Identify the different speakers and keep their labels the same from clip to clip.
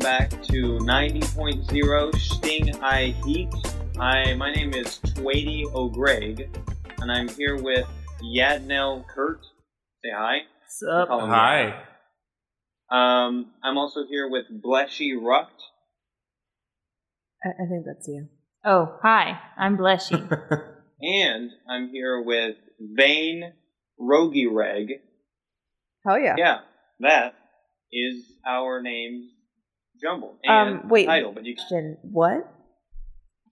Speaker 1: to 90.0 Sting I Heat. I, my name is Twady O'Greg, and I'm here with Yadnell Kurt. Say hi.
Speaker 2: What's up?
Speaker 1: Call him
Speaker 3: Hi.
Speaker 1: Um, I'm also here with Bleshy Rucht.
Speaker 4: I, I think that's you. Oh, hi. I'm Bleshy.
Speaker 1: And I'm here with Vane Rogie Reg.
Speaker 4: Hell yeah.
Speaker 1: Yeah, that is our names jumbled. And
Speaker 4: Um, wait.
Speaker 1: title, but you
Speaker 4: Question. What?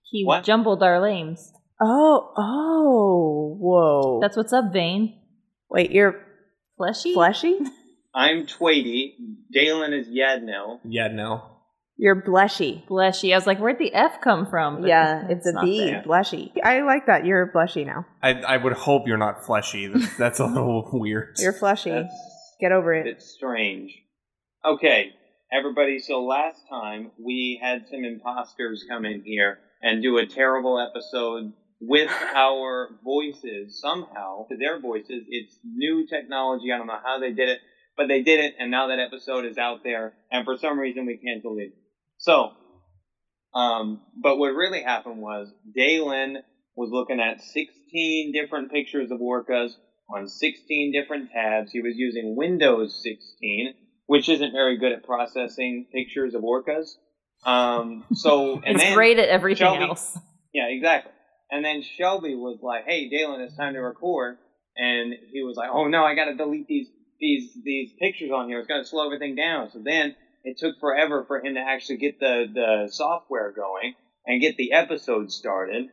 Speaker 1: He
Speaker 4: He
Speaker 1: What?
Speaker 4: jumbled our names.
Speaker 2: Oh, oh, whoa.
Speaker 4: That's what's up, Vane.
Speaker 2: Wait, you're
Speaker 4: Fleshy?
Speaker 2: fleshy?
Speaker 1: I'm Twady. Dalen is Yadnell.
Speaker 3: yeah, no.
Speaker 2: You're bleshy.
Speaker 4: Fleshy. I was like, where'd the F come from? But
Speaker 2: Yeah, it's a
Speaker 4: not
Speaker 2: B,
Speaker 4: there.
Speaker 2: bleshy. I like that. You're bleshy now.
Speaker 3: I, I would hope you're not fleshy. That's, that's a little weird.
Speaker 2: You're fleshy.
Speaker 1: That's-
Speaker 2: Get over it.
Speaker 1: It's strange. Okay, everybody. So last time we had some imposters come in here and do a terrible episode with our voices somehow. To their voices, it's new technology. I don't know how they did it, but they did it, and now that episode is out there. And for some reason, we can't delete. it. So, um, but what really happened was Dalen was looking at 16 different pictures of orcas on 16 different tabs. He was using Windows 16, which isn't very good at processing pictures of orcas. Um, so and
Speaker 4: it's
Speaker 1: then,
Speaker 4: great at everything
Speaker 1: Shelby-
Speaker 4: else.
Speaker 1: yeah, exactly. And then Shelby was like, "Hey, Dalen, it's time to record," and he was like, "Oh no, I got to delete these these these pictures on here. It's going to slow everything down." So then it took forever for him to actually get the the software going and get the episode started.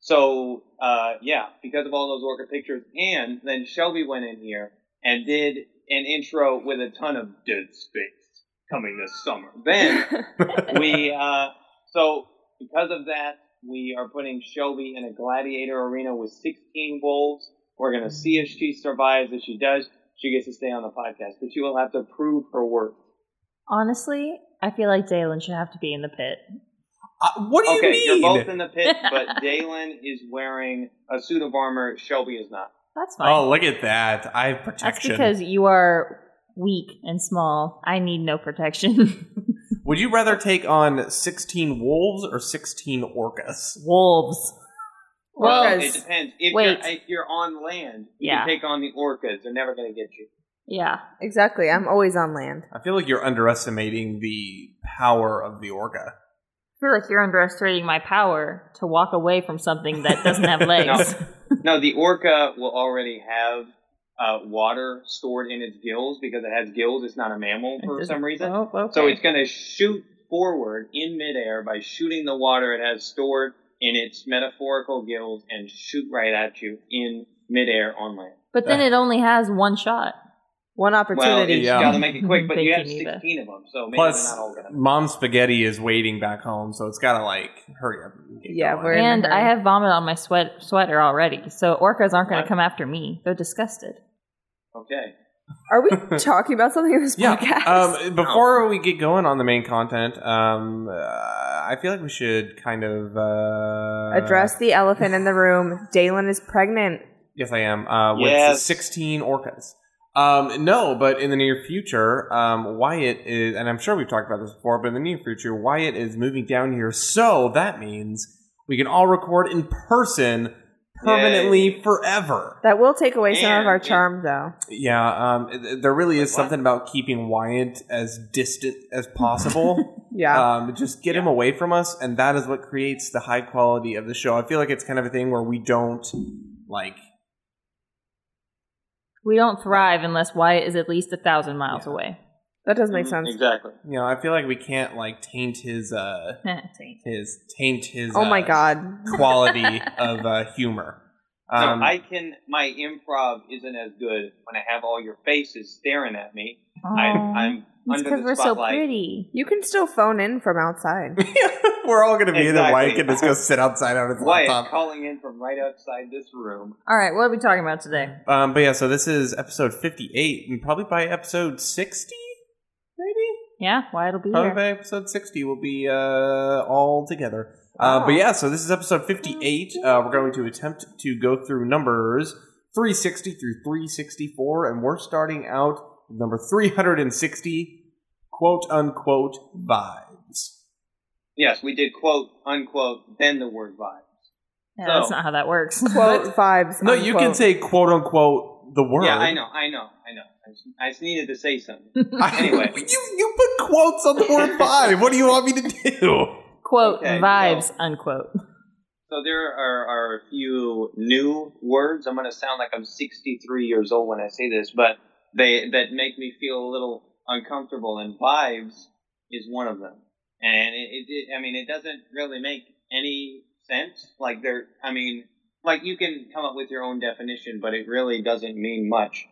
Speaker 1: So uh, yeah, because of all those orca pictures, and then Shelby went in here and did an intro with a ton of Dead Space coming this summer. Then we uh, so because of that, we are putting Shelby in a gladiator arena with 16 wolves. We're gonna see if she survives. If she does, she gets to stay on the podcast, but she will have to prove her worth.
Speaker 4: Honestly, I feel like Dalen should have to be in the pit.
Speaker 3: Uh, what do
Speaker 1: okay,
Speaker 3: you mean?
Speaker 1: are both in the pit, but Dalen is wearing a suit of armor. Shelby is not.
Speaker 4: That's fine.
Speaker 3: oh, look at that. I have
Speaker 4: That's
Speaker 3: protection.
Speaker 4: because you are weak and small. I need no protection.
Speaker 3: Would you rather take on 16 wolves or 16 orcas?
Speaker 4: Wolves.
Speaker 2: Well,
Speaker 1: Well, it
Speaker 2: Orcas.
Speaker 1: depends. If
Speaker 4: Wait.
Speaker 1: you're if you're on land, you
Speaker 4: Yeah.
Speaker 1: can take on the orcas. They're never gonna get you.
Speaker 4: Yeah.
Speaker 2: Exactly. I'm always on land.
Speaker 3: I feel like you're underestimating the power of the orca.
Speaker 4: I feel like you're underestimating my power to walk away from something that doesn't have legs.
Speaker 1: No, the orca will already have uh, water stored in its gills because it has gills. It's not a mammal for some reason.
Speaker 4: Oh, okay.
Speaker 1: So it's going to shoot forward in midair by shooting the water it has stored in its metaphorical gills and shoot right at you in midair on land.
Speaker 4: but then it only has one shot.
Speaker 2: One
Speaker 1: Well, it's
Speaker 2: opportunity.
Speaker 3: Yeah.
Speaker 1: got to make it quick, but you
Speaker 4: Thinking
Speaker 1: have 16 of them, so maybe
Speaker 3: Plus-
Speaker 1: they're not all going to.
Speaker 3: Mom spaghetti is waiting back home, so it's gotta like hurry up. and get
Speaker 2: Yeah,
Speaker 3: going.
Speaker 2: we're- in
Speaker 4: And
Speaker 2: a hurry.
Speaker 4: I have vomit on my sweat sweater already, so orcas aren't going
Speaker 1: What?
Speaker 4: to come after me. They're disgusted.
Speaker 1: Okay.
Speaker 2: Are we talking about something in this podcast?
Speaker 3: Um, before we get going on the main content, um, uh, I feel like we should kind of uh,
Speaker 2: Address the elephant in the room. Dalen is pregnant.
Speaker 3: Yes, I am. Uh, with
Speaker 1: Yes.
Speaker 3: 16 orcas. Um, no, but in the near future, um, Wyatt is, and I'm sure we've talked about this before, but in the near future, Wyatt is moving down here. So that means we can all record in person permanently forever.
Speaker 2: That will take away some of
Speaker 1: And
Speaker 2: our
Speaker 1: it-
Speaker 2: charm, though.
Speaker 3: Yeah, um, th- there really is
Speaker 1: Wait, what?
Speaker 3: something about keeping Wyatt as distant as possible.
Speaker 2: Yeah.
Speaker 3: Um, just get him away from us, and that is what creates the high quality of the show. I feel like it's kind of a thing where we don't like.
Speaker 4: We don't thrive unless Wyatt is at least a thousand miles
Speaker 3: Yeah.
Speaker 4: away.
Speaker 2: that does make
Speaker 1: Mhm,
Speaker 2: sense.
Speaker 1: Exactly.
Speaker 3: You know, I feel like we can't like taint his uh
Speaker 4: Heh, taint.
Speaker 3: his taint his.
Speaker 2: Oh my
Speaker 3: uh,
Speaker 2: god.
Speaker 3: Quality of uh, humor. Um,
Speaker 1: no, I can. My improv isn't as good when I have all your faces staring at me. I'm,
Speaker 4: Aw.
Speaker 1: I'm
Speaker 4: It's
Speaker 1: under
Speaker 4: because
Speaker 1: the
Speaker 4: we're so
Speaker 1: spotlight.
Speaker 4: pretty.
Speaker 2: You can still phone in from outside.
Speaker 3: we're all gonna be in the
Speaker 1: Exactly.
Speaker 3: white and just go sit outside on his
Speaker 1: Wyatt
Speaker 3: laptop.
Speaker 1: calling in from right outside this room.
Speaker 4: All right, what are we talking about today?
Speaker 3: Um, but yeah, so this is episode fifty-eight, and probably by episode sixty, maybe.
Speaker 4: Yeah, Wyatt will be
Speaker 3: Probably
Speaker 4: here.
Speaker 3: by episode 60, we'll be uh, all together. Uh, But
Speaker 2: Wow.
Speaker 3: yeah, so this is episode 58. Uh, we're going to attempt to go through numbers 360 through 364, and we're starting out with number 360, quote unquote, vibes.
Speaker 1: Yes, we did quote unquote then the word vibes.
Speaker 4: Yeah,
Speaker 1: So-
Speaker 4: that's not how that works.
Speaker 2: Quote vibes.
Speaker 3: No, you can
Speaker 2: unquote.
Speaker 3: say quote unquote the word.
Speaker 1: Yeah, I know, I know, I know. I just, I just needed to say something. Anyway.
Speaker 3: you you put quotes on the word vibe. What do you want me to do?
Speaker 4: Quote
Speaker 1: Okay,
Speaker 4: vibes, unquote.
Speaker 1: So there are, are a few new words. I'm going to sound like I'm 63 years old when I say this, but they that make me feel a little uncomfortable. And vibes is one of them. And it, it, it I mean, it doesn't really make any sense. Like there, I mean, like you can come up with your own definition, but it really doesn't mean much.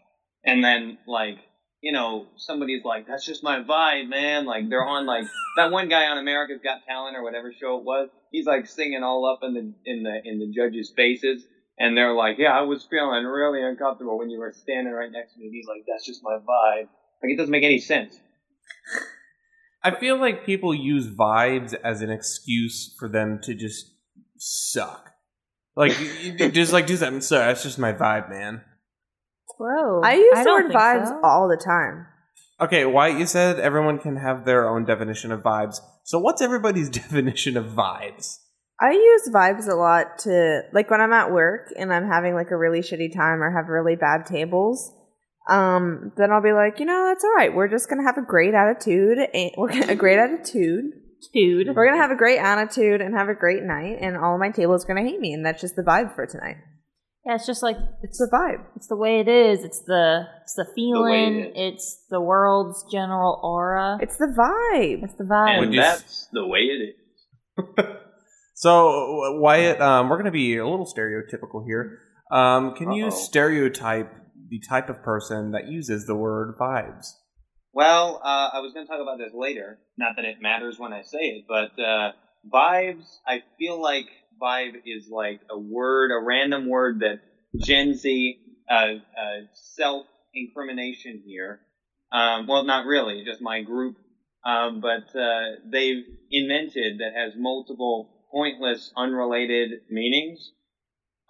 Speaker 1: And then like. You know, somebody's like, "That's just my vibe, man." Like they're on like that one guy on America's Got Talent or whatever show it was, he's like singing all up in the in the in the judges' faces, and they're like, "Yeah, I was feeling really uncomfortable when you were standing right next to me." And he's like, "That's just my vibe." Like it doesn't make any sense.
Speaker 3: I feel like people use vibes as an excuse for them to just suck. Like you- you just like do something. So that's just my vibe, man.
Speaker 4: Whoa.
Speaker 2: I use the
Speaker 4: don't
Speaker 2: word
Speaker 4: think
Speaker 2: vibes
Speaker 4: so.
Speaker 2: all the time.
Speaker 3: Okay, Wyatt, you said everyone can have their own definition of vibes. So what's everybody's definition of vibes?
Speaker 2: I use vibes a lot to like when I'm at work and I'm having like a really shitty time or have really bad tables. Um, then I'll be like, you know, it's all right. We're just gonna have a great attitude. And we're gonna, a great attitude.
Speaker 4: Dude.
Speaker 2: We're gonna have a great attitude and have a great night. And all of my table is gonna hate me. And that's just the vibe for tonight.
Speaker 4: Yeah, it's just like
Speaker 2: It's the vibe.
Speaker 4: it's the way it is. It's the it's the
Speaker 1: way it
Speaker 4: feeling.
Speaker 1: is.
Speaker 4: it's the world's general aura. It's,
Speaker 2: It's the vibe.
Speaker 4: the vibe.
Speaker 3: Would
Speaker 1: And
Speaker 3: you s-
Speaker 1: that's the way it is.
Speaker 3: So Wyatt, um, we're going to be a little stereotypical here. Um, can you
Speaker 1: Uh-oh.
Speaker 3: stereotype the type of person that uses the word vibes?
Speaker 1: Well, uh, I was going to talk about this later. Not that it matters when I say it, but uh, vibes. I feel like vibe is like a word, a random word that Gen Z uh, uh, self-incrimination here. Um, well, not really, just my group, um, but uh, they've invented that has multiple pointless, unrelated meanings.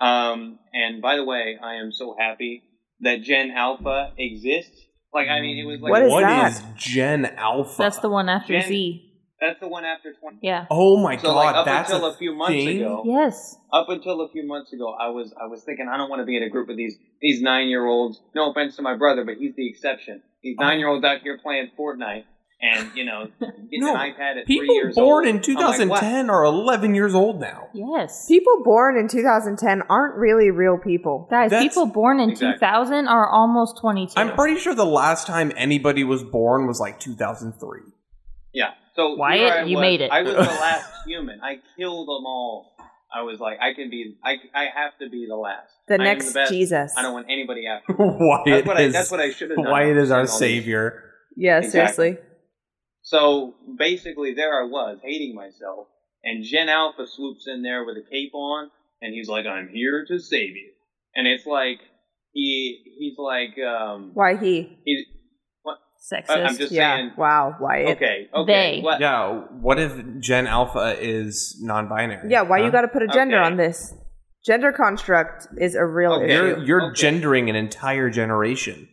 Speaker 1: Um, and by the way, I am so happy that Gen Alpha exists. Like, I mean, it was like
Speaker 2: What is that?
Speaker 3: Gen Alpha?
Speaker 4: That's the one after
Speaker 1: Gen-
Speaker 4: Z.
Speaker 1: that's the one after 20.
Speaker 4: Yeah.
Speaker 3: Oh my
Speaker 1: So
Speaker 3: god!
Speaker 1: like up
Speaker 3: that's
Speaker 1: until a, few months
Speaker 3: thing?
Speaker 1: ago,
Speaker 4: Yes.
Speaker 1: up until a few months ago, I was I was thinking I don't want to be in a group of these these nine year olds. No offense to my brother, but he's the exception. These
Speaker 3: Oh.
Speaker 1: nine year olds out here playing Fortnite and you know getting
Speaker 3: No,
Speaker 1: an iPad at three
Speaker 3: People
Speaker 1: years old.
Speaker 3: born
Speaker 1: I'm
Speaker 3: in
Speaker 1: like, what?
Speaker 3: 2010 are 11 years old now.
Speaker 4: Yes.
Speaker 2: People born in 2010 aren't really real people.
Speaker 4: Guys,
Speaker 3: That's-
Speaker 4: people born in
Speaker 1: Exactly.
Speaker 4: 2000 are almost 22.
Speaker 3: I'm pretty sure the last time anybody was born was like 2003.
Speaker 1: Yeah. So
Speaker 4: Wyatt,
Speaker 1: here I
Speaker 4: you
Speaker 1: was.
Speaker 4: made it.
Speaker 1: I was the last human. I killed them all. I was like, I can be. I I have to be the last.
Speaker 2: The
Speaker 1: I am
Speaker 2: next
Speaker 1: best.
Speaker 2: Jesus.
Speaker 1: I don't want anybody after. me.
Speaker 3: Wyatt
Speaker 1: That's what I.
Speaker 3: is-
Speaker 1: That's what I should have done.
Speaker 3: Wyatt is our
Speaker 1: All these-
Speaker 3: savior.
Speaker 2: yeah,
Speaker 1: Exactly.
Speaker 2: seriously.
Speaker 1: So basically, there I was hating myself, and Gen Alpha swoops in there with a cape on, and he's like, "I'm here to save you," and it's like he he's like, um,
Speaker 2: Why he?
Speaker 1: he's,
Speaker 4: sexist.
Speaker 1: I- I'm just
Speaker 2: yeah.
Speaker 1: saying,
Speaker 2: wow. Why it?
Speaker 1: okay, okay,
Speaker 4: They.
Speaker 1: what?
Speaker 3: Yeah. What if Gen Alpha is non-binary?
Speaker 2: Yeah, why
Speaker 3: huh?
Speaker 2: you got to put a gender
Speaker 1: Okay. Oh,
Speaker 2: on this? Gender construct is a real
Speaker 1: Okay.
Speaker 3: You're
Speaker 2: issue.
Speaker 3: you're
Speaker 1: Okay.
Speaker 3: gendering an entire generation.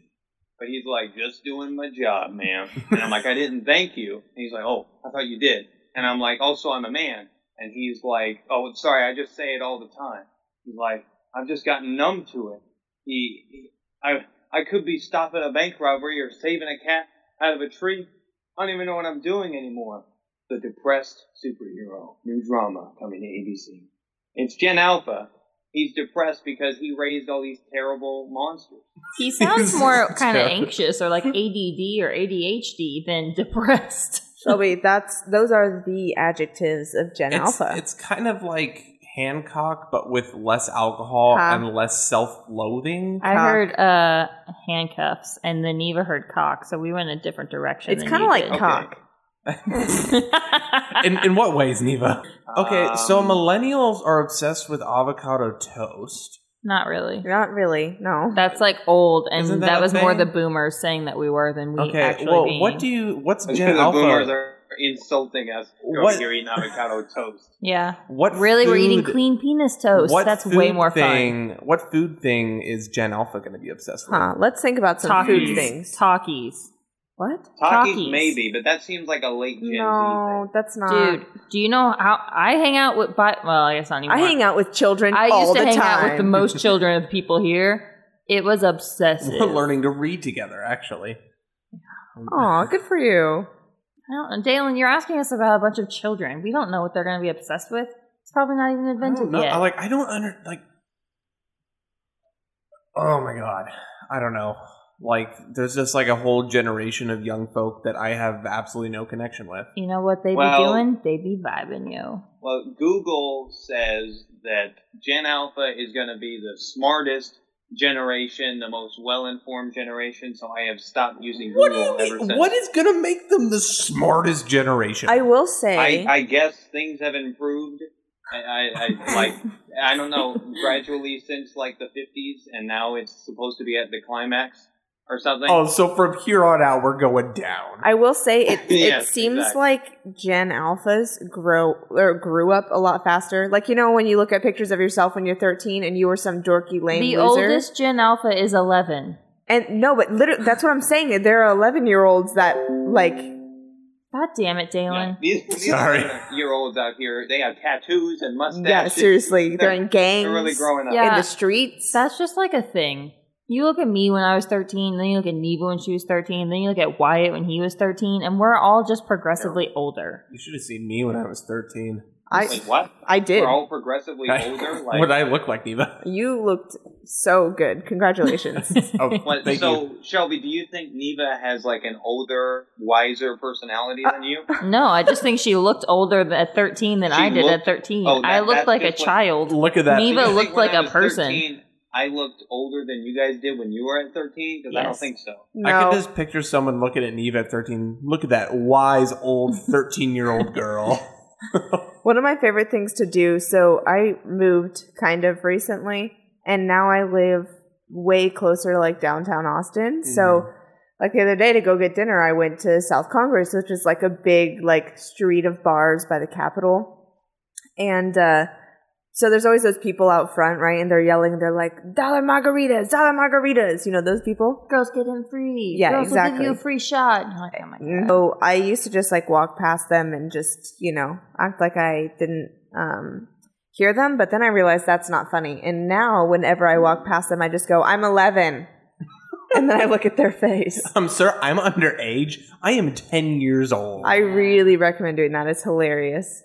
Speaker 1: But he's like, "Just doing my job, ma'am," and I'm like, "I didn't thank you," and he's like, "Oh, I thought you did," and I'm like, "Also, I'm a man," and he's like, "Oh, sorry, I just say it all the time." He's like, I've just gotten numb to it. He, he- I, I could be stopping a bank robbery or saving a cat out of a tree. I don't even know what I'm doing anymore. The depressed superhero, new drama coming to ABC. It's Gen Alpha. He's depressed because he raised all these terrible monsters.
Speaker 4: He sounds more kind of
Speaker 3: Terrible.
Speaker 4: anxious or like ADD or ADHD than depressed.
Speaker 2: Shelby, that's those are the adjectives of Gen
Speaker 3: it's,
Speaker 2: Alpha.
Speaker 3: It's kind of like Hancock, but with less alcohol
Speaker 2: Huh.
Speaker 3: and less self-loathing.
Speaker 4: I
Speaker 2: Cock.
Speaker 4: heard uh, handcuffs, and then Neva heard cock, so we went a different direction.
Speaker 2: it's
Speaker 4: than
Speaker 2: kind of
Speaker 4: you
Speaker 2: like
Speaker 4: did.
Speaker 2: cock.
Speaker 3: in, in what ways, Neva? Okay, so
Speaker 1: Um,
Speaker 3: millennials are obsessed with avocado toast.
Speaker 4: Not really.
Speaker 2: Not really. No.
Speaker 4: That's like old, and
Speaker 3: Isn't
Speaker 4: that,
Speaker 3: that a
Speaker 4: was more
Speaker 3: thing?
Speaker 4: the boomers saying that we were than we
Speaker 3: Okay,
Speaker 4: actually.
Speaker 3: well,
Speaker 4: being.
Speaker 3: what do you? What's
Speaker 1: the
Speaker 3: Gen
Speaker 1: boomers
Speaker 3: Alpha?
Speaker 1: are insulting us. You're
Speaker 3: What-
Speaker 1: over here eating avocado toast.
Speaker 4: Yeah,
Speaker 3: What
Speaker 4: really, we're eating
Speaker 3: food-
Speaker 4: clean penis toast.
Speaker 3: What
Speaker 4: That's way
Speaker 3: food
Speaker 4: more
Speaker 3: thing, What food thing is Gen Alpha going to be obsessed with?
Speaker 2: Huh. Let's think about some
Speaker 4: fun. Talkies,
Speaker 2: food things.
Speaker 4: talkies.
Speaker 2: What?
Speaker 1: Takis,
Speaker 4: Takis.
Speaker 1: maybe, but that seems like a late Gen
Speaker 2: No, that's not.
Speaker 4: Dude, do you know how I hang out with? Bi- well, I guess not anymore.
Speaker 2: I hang out with children
Speaker 4: I
Speaker 2: all
Speaker 4: used to
Speaker 2: the
Speaker 4: hang
Speaker 2: time.
Speaker 4: out with the most children of people here. It was obsessive.
Speaker 3: We're learning to read together, actually.
Speaker 2: Aw, good for you.
Speaker 4: I don't know. Dalen, you're asking us about a bunch of children. We don't know what they're going to be obsessed with. It's probably not even
Speaker 3: I
Speaker 4: invented
Speaker 3: don't know.
Speaker 4: yet.
Speaker 3: I like. I don't under like. Oh my god, I don't know. Like, there's just like a whole generation of young folk that I have absolutely no connection with.
Speaker 4: you know what they
Speaker 1: Well-
Speaker 4: be doing? They be vibing you.
Speaker 1: Well, Google says that Gen Alpha is going to be the smartest generation, the most well-informed generation. So I have stopped using
Speaker 3: What do
Speaker 1: Google
Speaker 3: you
Speaker 1: ever
Speaker 3: mean?
Speaker 1: since.
Speaker 3: What is gonna make them the smartest generation?
Speaker 2: I will say.
Speaker 1: I, I guess things have improved. I, I, I like I don't know gradually since like the 50s, and now it's supposed to be at the climax or something.
Speaker 3: oh, so from here on out, we're going down.
Speaker 2: I will say it.
Speaker 1: Yes,
Speaker 2: it seems
Speaker 1: exactly.
Speaker 2: like Gen Alphas grow or grew up a lot faster. Like you know when you look at pictures of yourself when you're 13 and you were some dorky lame
Speaker 4: the
Speaker 2: loser.
Speaker 4: oldest Gen Alpha is 11.
Speaker 2: And no, but literally, that's what I'm saying. There are 11 year olds that like.
Speaker 4: God damn it, Dalen.
Speaker 1: Yeah, these, these
Speaker 3: Sorry.
Speaker 1: year olds out here, they have tattoos and mustaches.
Speaker 2: Yeah, seriously, they're in gangs
Speaker 1: They're really growing up.
Speaker 4: Yeah.
Speaker 2: in the streets.
Speaker 4: That's just like a thing. You look at me when I was 13, then you look at Neva when she was 13, then you look at Wyatt when he was 13, and we're all just progressively older.
Speaker 3: You should have seen me when I was 13.
Speaker 2: I
Speaker 1: Like what?
Speaker 2: I did.
Speaker 1: We're all progressively older. Like
Speaker 3: what I look like, Neva?
Speaker 2: You looked so good. Congratulations.
Speaker 3: Oh,
Speaker 1: What,
Speaker 3: thank you.
Speaker 1: so, Shelby, do you think Neva has like an older, wiser personality than you?
Speaker 4: No, I just think she looked older th- at 13 than
Speaker 1: She
Speaker 4: I did
Speaker 1: looked-
Speaker 4: at 13.
Speaker 1: oh, that-
Speaker 4: I looked
Speaker 1: that's
Speaker 4: like a
Speaker 1: just what-
Speaker 4: child.
Speaker 3: Look at that.
Speaker 1: Do you
Speaker 4: Neva
Speaker 1: think
Speaker 4: looked
Speaker 1: when
Speaker 4: like
Speaker 1: I
Speaker 4: a
Speaker 1: was
Speaker 4: person.
Speaker 1: 13, I looked older than you guys did when you were at 13 because I don't
Speaker 4: Yes.
Speaker 1: think so.
Speaker 2: no.
Speaker 3: I could just picture someone looking at Neve at 13. Look at that wise old 13 year old girl.
Speaker 2: One of my favorite things to do, so I moved kind of recently, and now I live way closer to like downtown Austin. So, like the other day to go get dinner, I went to South Congress, which is like a big like street of bars by the Capitol. And uh, so there's always those people out front, right? And they're yelling, they're like, dollar margaritas, dollar margaritas. You know, those people?
Speaker 4: Girls get in free.
Speaker 2: Yeah,
Speaker 4: Girls will
Speaker 2: exactly.
Speaker 4: give you a free shot. And I'm like, oh my God.
Speaker 2: So I used to just like walk past them and just, you know, act like I didn't um, hear them. But then I realized that's not funny. And now, whenever I walk past them, I just go, I'm 11. and then I look at their face.
Speaker 3: Um, sir, I'm underage. I am 10 years old.
Speaker 2: I really recommend doing that. It's hilarious.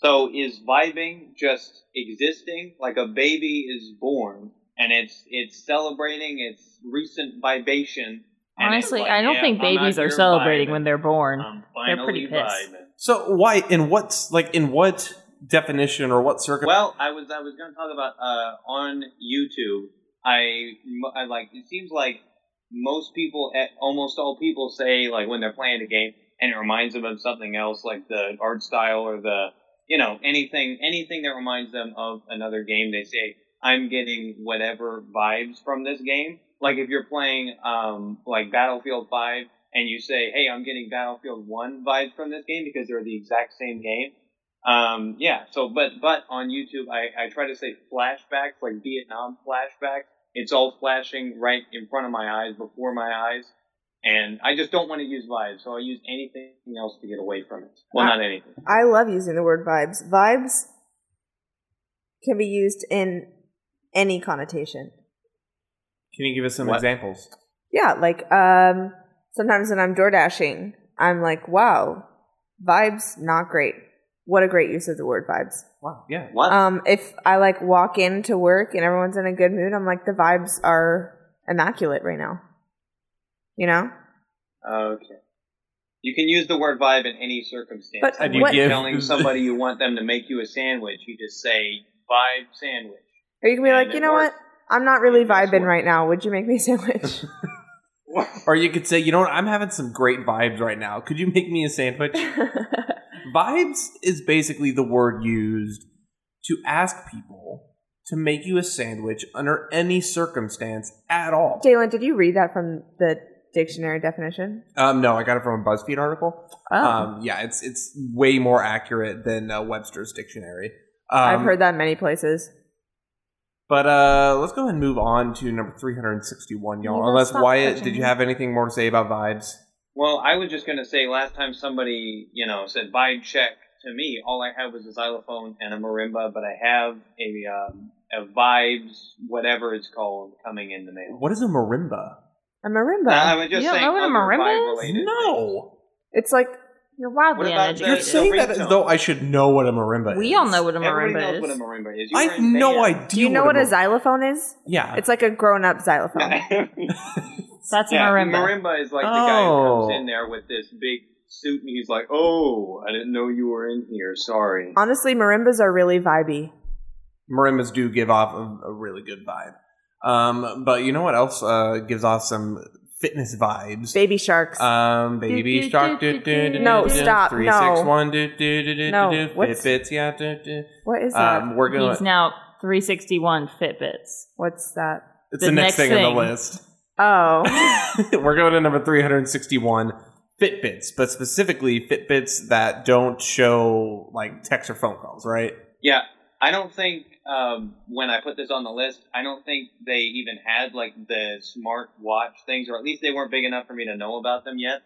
Speaker 1: So, is vibing just existing? Like a baby is born and it's it's celebrating its recent vibation. and it's
Speaker 4: Honestly,
Speaker 1: like,
Speaker 4: I don't
Speaker 1: yeah,
Speaker 4: think
Speaker 1: I'm out
Speaker 4: babies are
Speaker 1: here
Speaker 4: celebrating
Speaker 1: vibing.
Speaker 4: when they're born.
Speaker 1: I'm
Speaker 4: They're pretty
Speaker 1: finally
Speaker 4: pissed.
Speaker 1: vibing.
Speaker 3: so, why, in what's like, in what definition or what circumstance?
Speaker 1: Well, I was I was going to talk about uh, on YouTube. I, m- I like it seems like most people, eh, almost all people, say like when they're playing a game and it reminds them of something else, like the art style or the you know anything anything that reminds them of another game. They say I'm getting whatever vibes from this game. Like if you're playing um like Battlefield Five and you say, hey, I'm getting Battlefield One vibes from this game because they're the exact same game. Um, yeah. So, but but on YouTube, I I try to say flashbacks, like Vietnam flashbacks. It's all flashing right in front of my eyes, before my eyes, and I just don't want to use vibes, so I use anything else to get away from it. Well, not anything.
Speaker 2: I love using the word vibes. Vibes can be used in any connotation.
Speaker 3: Can you give us some
Speaker 1: What?
Speaker 3: examples?
Speaker 2: Yeah, like um sometimes when I'm door dashing, I'm like, wow, vibes not great. What a great use of the word vibes.
Speaker 3: Wow, yeah.
Speaker 1: What?
Speaker 2: Um if I like walk into work and everyone's in a good mood, I'm like the vibes are immaculate right now. You know?
Speaker 1: okay. You can use the word vibe in any circumstance.
Speaker 2: But
Speaker 1: Like
Speaker 2: And you
Speaker 1: when you're
Speaker 3: give-
Speaker 1: telling somebody you want them to make you a sandwich, you just say vibe sandwich.
Speaker 2: Or you can be
Speaker 1: And
Speaker 2: like,
Speaker 1: it
Speaker 2: you know
Speaker 1: works.
Speaker 2: what? I'm not really
Speaker 1: It does
Speaker 2: vibing
Speaker 1: work.
Speaker 2: right now. Would you make me a sandwich?
Speaker 3: Or you could say, you know what, I'm having some great vibes right now. Could you make me a sandwich? vibes is basically the word used to ask people to make you a sandwich under any circumstance at all.
Speaker 2: Jalen, did you read that from the dictionary definition?
Speaker 3: Um, no, I got it from a BuzzFeed article.
Speaker 2: Oh.
Speaker 3: Um, yeah, it's it's way more accurate than uh, Webster's dictionary. Um,
Speaker 2: I've heard that in many places.
Speaker 3: But uh, let's go ahead and move on to number 361, y'all.
Speaker 4: Yeah,
Speaker 3: Unless
Speaker 4: stop
Speaker 3: Wyatt,
Speaker 4: touching
Speaker 3: did you
Speaker 4: me.
Speaker 3: have anything more to say about vibes?
Speaker 1: Well, I was just gonna say last time somebody you know said buy check to me, all I had was a xylophone and a marimba, but I have a um, a vibes whatever it's called coming in the mail.
Speaker 3: What is a marimba?
Speaker 2: A marimba.
Speaker 1: Uh, I was just
Speaker 4: You don't
Speaker 1: saying
Speaker 4: know what a
Speaker 1: other
Speaker 4: marimba is?
Speaker 1: vibe-related
Speaker 3: No,
Speaker 2: it's like
Speaker 4: You're
Speaker 1: What
Speaker 4: wildly
Speaker 1: about the-
Speaker 3: you're
Speaker 1: It's
Speaker 4: uneducated.
Speaker 3: saying
Speaker 1: the
Speaker 3: that as
Speaker 1: ringtone.
Speaker 3: though I should know what a marimba is.
Speaker 4: We all know what a
Speaker 1: things. Everybody
Speaker 4: marimba
Speaker 1: knows what a
Speaker 4: is.
Speaker 1: marimba is. You
Speaker 3: I
Speaker 1: were
Speaker 3: have
Speaker 1: in
Speaker 3: no
Speaker 1: band.
Speaker 3: idea.
Speaker 2: do you know what a
Speaker 3: marimba-
Speaker 2: xylophone is?
Speaker 3: Yeah,
Speaker 2: It's like a grown-up xylophone.
Speaker 4: That's
Speaker 1: Yeah,
Speaker 4: a marimba.
Speaker 1: Marimba is like the guy who
Speaker 3: Oh.
Speaker 1: comes in there with this big suit and he's like, "Oh, I didn't know you were in here. Sorry."
Speaker 2: Honestly, marimbas are really vibey.
Speaker 3: marimbas do give off a, a really good vibe. Um, but you know what else uh, gives off some fitness vibes?
Speaker 2: Baby sharks.
Speaker 3: Um, baby
Speaker 4: Do,
Speaker 3: shark.
Speaker 4: do,
Speaker 3: Do,
Speaker 4: do,
Speaker 3: do, do,
Speaker 2: No,
Speaker 3: do, do,
Speaker 2: stop,
Speaker 3: Three,
Speaker 2: no.
Speaker 3: six, one. Do, do, do, do,
Speaker 2: No,
Speaker 3: do, do.
Speaker 2: what's-
Speaker 3: Fitbits. Yeah. Do, do.
Speaker 2: what is that?
Speaker 3: Um, we're going.
Speaker 4: He's now 361 Fitbits.
Speaker 2: What's that?
Speaker 3: It's
Speaker 4: the
Speaker 3: the, next
Speaker 4: next
Speaker 3: thing, on the
Speaker 4: thing.
Speaker 3: list.
Speaker 2: Oh,
Speaker 3: we're going to number three hundred sixty-one. Fitbits, but specifically Fitbits that don't show like text or phone calls, right?
Speaker 1: Yeah, I don't think um, when I put this on the list, I don't think they even had like the smart watch things, or at least they weren't big enough for me to know about them yet.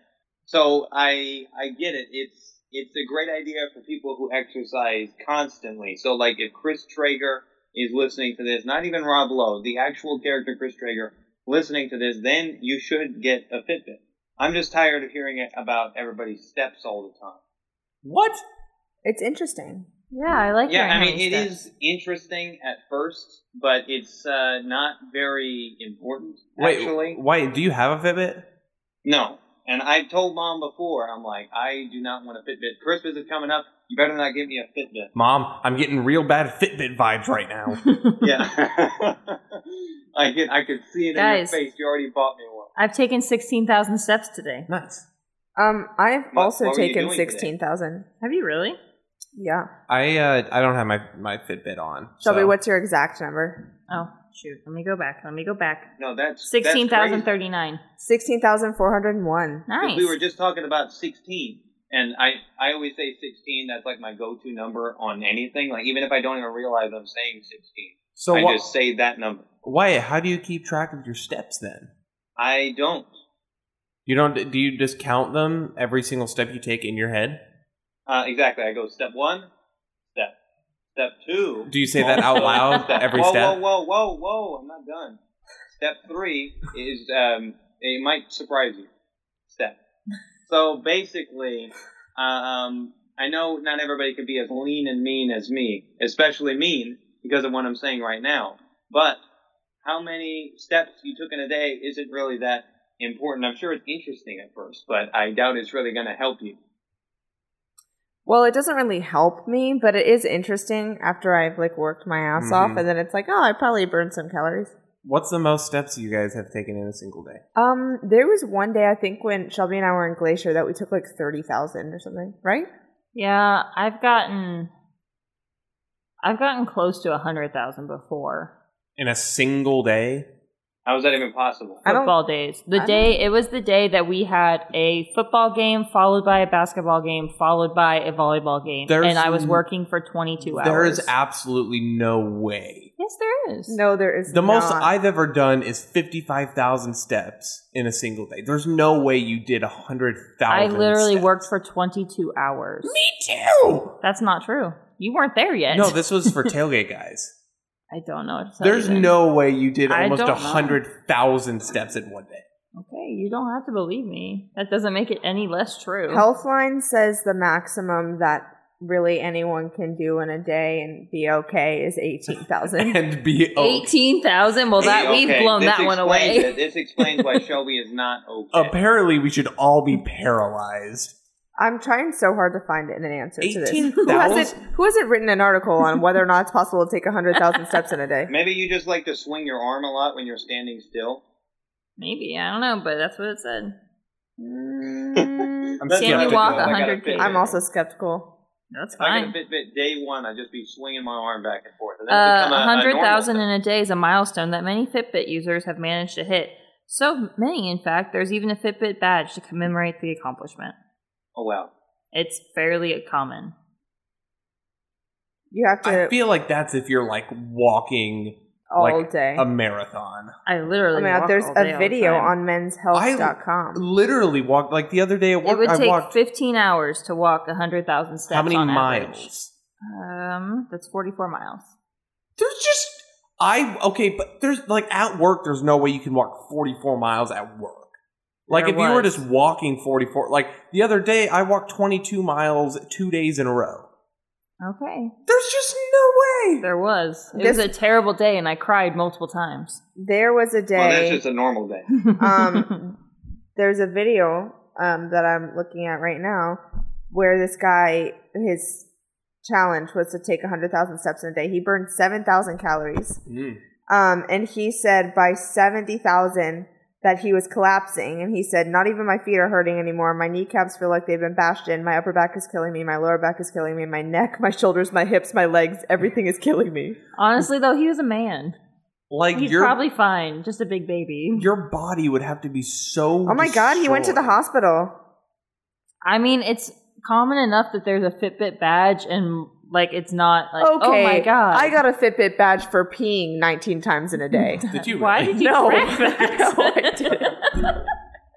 Speaker 1: So I I get it. It's it's a great idea for people who exercise constantly. So like if Chris Traeger is listening to this, not even Rob Lowe, the actual character Chris Traeger listening to this, then you should get a Fitbit. I'm just tired of hearing it about everybody's steps all the time.
Speaker 3: What?
Speaker 2: it's interesting.
Speaker 4: Yeah, I like
Speaker 1: yeah,
Speaker 4: hearing
Speaker 1: I
Speaker 4: how
Speaker 1: mean,
Speaker 4: he
Speaker 1: it
Speaker 4: says.
Speaker 1: is interesting at first, but it's uh, not very important,
Speaker 3: Wait,
Speaker 1: actually.
Speaker 3: why do you have a Fitbit?
Speaker 1: No. And I told mom before, I'm like, I do not want a Fitbit. Christmas is coming up. You better not give me a Fitbit.
Speaker 3: Mom, I'm getting real bad Fitbit vibes right now.
Speaker 1: yeah. I could, I could see it
Speaker 4: Guys.
Speaker 1: in your face. You already bought me one.
Speaker 4: I've taken 16,000 steps today.
Speaker 3: nice.
Speaker 2: Um, I've
Speaker 1: What-
Speaker 2: also
Speaker 1: what were you
Speaker 2: taken
Speaker 1: doing today?
Speaker 2: sixteen thousand.
Speaker 4: Have you really?
Speaker 2: Yeah,
Speaker 3: I uh, I don't have my, my Fitbit on.
Speaker 2: Shelby,
Speaker 3: so-
Speaker 2: what's your exact number?
Speaker 4: Oh, shoot. Let me go back. Let me go back.
Speaker 1: No, that's that's crazy.
Speaker 4: 16,039.
Speaker 2: Sixteen thousand four hundred one.
Speaker 1: 'Cause
Speaker 4: Nice.
Speaker 1: We were just talking about 16. And I, I always say 16. That's like my go to number on anything. Like, even if I don't even realize I'm saying 16,
Speaker 3: So
Speaker 1: I
Speaker 3: why
Speaker 1: just say that number.
Speaker 3: Wyatt, how do you keep track of your steps then?
Speaker 1: I don't.
Speaker 3: You don't? Do you just count them every single step you take in your head?
Speaker 1: Uh, exactly. I go step one, step, step two.
Speaker 3: Do you say that out loud
Speaker 1: Step-
Speaker 3: every
Speaker 1: whoa,
Speaker 3: step?
Speaker 1: Whoa, whoa, whoa, whoa! I'm not done. Step three is um, it might surprise you. Step. So basically, um, I know not everybody can be as lean and mean as me, especially mean because of what I'm saying right now. But how many steps you took in a day isn't really that important. I'm sure it's interesting at first, but I doubt it's really going to help you.
Speaker 2: Well, it doesn't really help me, but it is interesting after I've like worked my ass off,
Speaker 3: Mhm.
Speaker 2: and then it's like, oh, I probably burned some calories.
Speaker 3: What's the most steps you guys have taken in a single day?
Speaker 2: Um, there was one day I think when Shelby and I were in Glacier that we took like thirty thousand or something, right?
Speaker 4: yeah, I've gotten. I've gotten close to 100,000 before.
Speaker 3: In a single day?
Speaker 1: How is that even possible?
Speaker 2: I don't-
Speaker 4: football days.
Speaker 2: I
Speaker 4: The
Speaker 2: don't-
Speaker 4: day it was the day that we had a football game followed by a basketball game followed by a volleyball game,
Speaker 3: There's
Speaker 4: and I was
Speaker 3: n-
Speaker 4: working for 22 hours.
Speaker 3: There is absolutely no way.
Speaker 4: yes, there is.
Speaker 2: No, there is
Speaker 3: The most
Speaker 2: not.
Speaker 3: I've ever done is fifty-five thousand steps in a single day. There's no way you did a hundred
Speaker 4: I
Speaker 3: thousand.
Speaker 4: literally
Speaker 3: steps.
Speaker 4: worked for 22 hours.
Speaker 3: Me too.
Speaker 4: That's not true. You weren't there yet.
Speaker 3: No, this was for tailgate guys.
Speaker 4: I don't know. What to tell
Speaker 3: There's
Speaker 4: you then.
Speaker 3: no way you did
Speaker 4: I
Speaker 3: almost
Speaker 4: don't
Speaker 3: a
Speaker 4: know.
Speaker 3: hundred thousand steps in one day.
Speaker 4: Okay, you don't have to believe me. That doesn't make it any less true.
Speaker 2: Healthline says the maximum that really anyone can do in a day and be okay is eighteen thousand.
Speaker 3: And be oh,
Speaker 4: 18,000? Well, that
Speaker 1: Okay,
Speaker 4: we've blown
Speaker 1: this
Speaker 4: that one
Speaker 1: explains
Speaker 4: away.
Speaker 1: it. This explains why Shelby is not okay.
Speaker 3: apparently we should all be paralyzed.
Speaker 2: I'm trying so hard to find an answer to this.
Speaker 3: Eighteen
Speaker 2: Who hasn't,
Speaker 3: thousand.
Speaker 2: who hasn't written an article on whether or not it's possible to take 100,000 steps in a day?
Speaker 1: Maybe you just like to swing your arm a lot when you're standing still.
Speaker 4: Maybe, I don't know, but that's what it said.
Speaker 2: Mm,
Speaker 3: I'm
Speaker 1: That's
Speaker 4: Can you
Speaker 1: what I
Speaker 3: skeptical.
Speaker 4: walk
Speaker 1: do if I got
Speaker 4: 100
Speaker 1: Fitbit.
Speaker 2: I'm also skeptical.
Speaker 4: That's
Speaker 1: If I got a
Speaker 4: fine.
Speaker 1: Fitbit day one, I'd just be swinging my arm back and forth. And then
Speaker 4: Uh,
Speaker 1: become a- a normal
Speaker 4: 100,000
Speaker 1: thing.
Speaker 4: in a day is a milestone that many Fitbit users have managed to hit. So many, in fact, there's even a Fitbit badge to commemorate the accomplishment.
Speaker 1: Oh wow.
Speaker 4: It's fairly common.
Speaker 2: You have
Speaker 3: I
Speaker 2: to.
Speaker 3: feel like that's if you're like walking
Speaker 2: all
Speaker 3: like
Speaker 2: day.
Speaker 3: a marathon.
Speaker 4: I
Speaker 2: I
Speaker 4: literally.
Speaker 2: mean,
Speaker 4: walk
Speaker 2: Oh there's
Speaker 4: all day,
Speaker 2: a
Speaker 4: all the
Speaker 2: video
Speaker 4: time.
Speaker 2: on menshealth.com.
Speaker 3: Literally walked like the other day at
Speaker 4: It
Speaker 3: work.
Speaker 4: would
Speaker 3: I
Speaker 4: take
Speaker 3: walked
Speaker 4: 15 hours to walk 100,000 steps.
Speaker 3: how many
Speaker 4: on
Speaker 3: miles?
Speaker 4: average. Um, that's 44 miles.
Speaker 3: There's just I okay, but there's like at work. There's no way you can walk 44 miles at work. Like
Speaker 4: There
Speaker 3: if you were
Speaker 4: was.
Speaker 3: just walking 44, like the other day, I walked 22 miles two days in a row.
Speaker 4: Okay,
Speaker 3: There's just no way.
Speaker 4: there was. It
Speaker 2: This-
Speaker 4: was a terrible day, and I cried multiple times.
Speaker 2: There was a
Speaker 1: Well, that's
Speaker 2: day.
Speaker 1: just a normal day.
Speaker 2: Um, there's a video um, that I'm looking at right now where this guy, his challenge was to take 100,000 steps in a day. He burned 7,000 calories.
Speaker 3: Mm.
Speaker 2: Um, and he said by 70,000 that he was collapsing. And he said, Not even my feet are hurting anymore. My kneecaps feel like they've been bashed in. My upper back is killing me. My lower back is killing me. My neck, my shoulders, my hips, my legs, everything is killing me.
Speaker 4: Honestly, though, he was a man.
Speaker 3: Like
Speaker 4: He's
Speaker 3: your
Speaker 4: probably fine. Just a big baby.
Speaker 3: your body would have to be so.
Speaker 2: Oh my God, he went to the
Speaker 3: destroyed.
Speaker 2: hospital.
Speaker 4: I mean, it's common enough that there's a Fitbit badge, and like it's not like,
Speaker 2: okay.
Speaker 4: oh my god,
Speaker 2: I got a Fitbit badge for peeing 19 times in a day.
Speaker 3: Did you?
Speaker 4: Why
Speaker 3: really?
Speaker 4: did you
Speaker 2: No.
Speaker 4: track that?
Speaker 2: No, I didn't.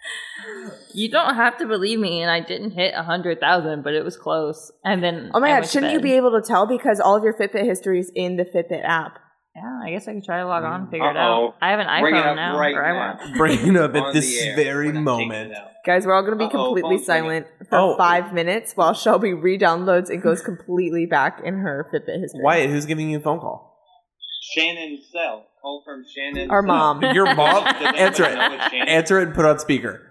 Speaker 4: you don't have to believe me, and I didn't hit a hundred thousand, but it was close. And then
Speaker 2: Oh my
Speaker 4: I
Speaker 2: God,
Speaker 4: went to
Speaker 2: shouldn't you
Speaker 4: bed.
Speaker 2: be able to tell because all of your Fitbit history is in the Fitbit app?
Speaker 4: Yeah, I guess I could try to log on, and figure it
Speaker 1: Uh-oh.
Speaker 4: out. I have an iPhone
Speaker 1: Bring it up
Speaker 4: now,
Speaker 1: right
Speaker 4: or I
Speaker 1: now.
Speaker 4: won't.
Speaker 3: Bringing it up at
Speaker 1: On
Speaker 3: this
Speaker 1: the air.
Speaker 3: very
Speaker 1: We're not taking
Speaker 3: moment.
Speaker 1: it out.
Speaker 2: Guys, we're all going to be
Speaker 1: Uh-oh,
Speaker 2: completely
Speaker 1: phone's ringing.
Speaker 2: silent for
Speaker 3: Oh.
Speaker 2: five minutes while Shelby re-downloads and goes completely back in her Fitbit history.
Speaker 3: Wyatt, who's giving you a phone call?
Speaker 1: Shannon Cell. Call from Shannon.
Speaker 2: Our
Speaker 1: Cell.
Speaker 2: mom.
Speaker 3: Your mom. Answer
Speaker 1: Does anybody know
Speaker 3: it.
Speaker 1: what Shannon-
Speaker 3: Answer it and put on speaker.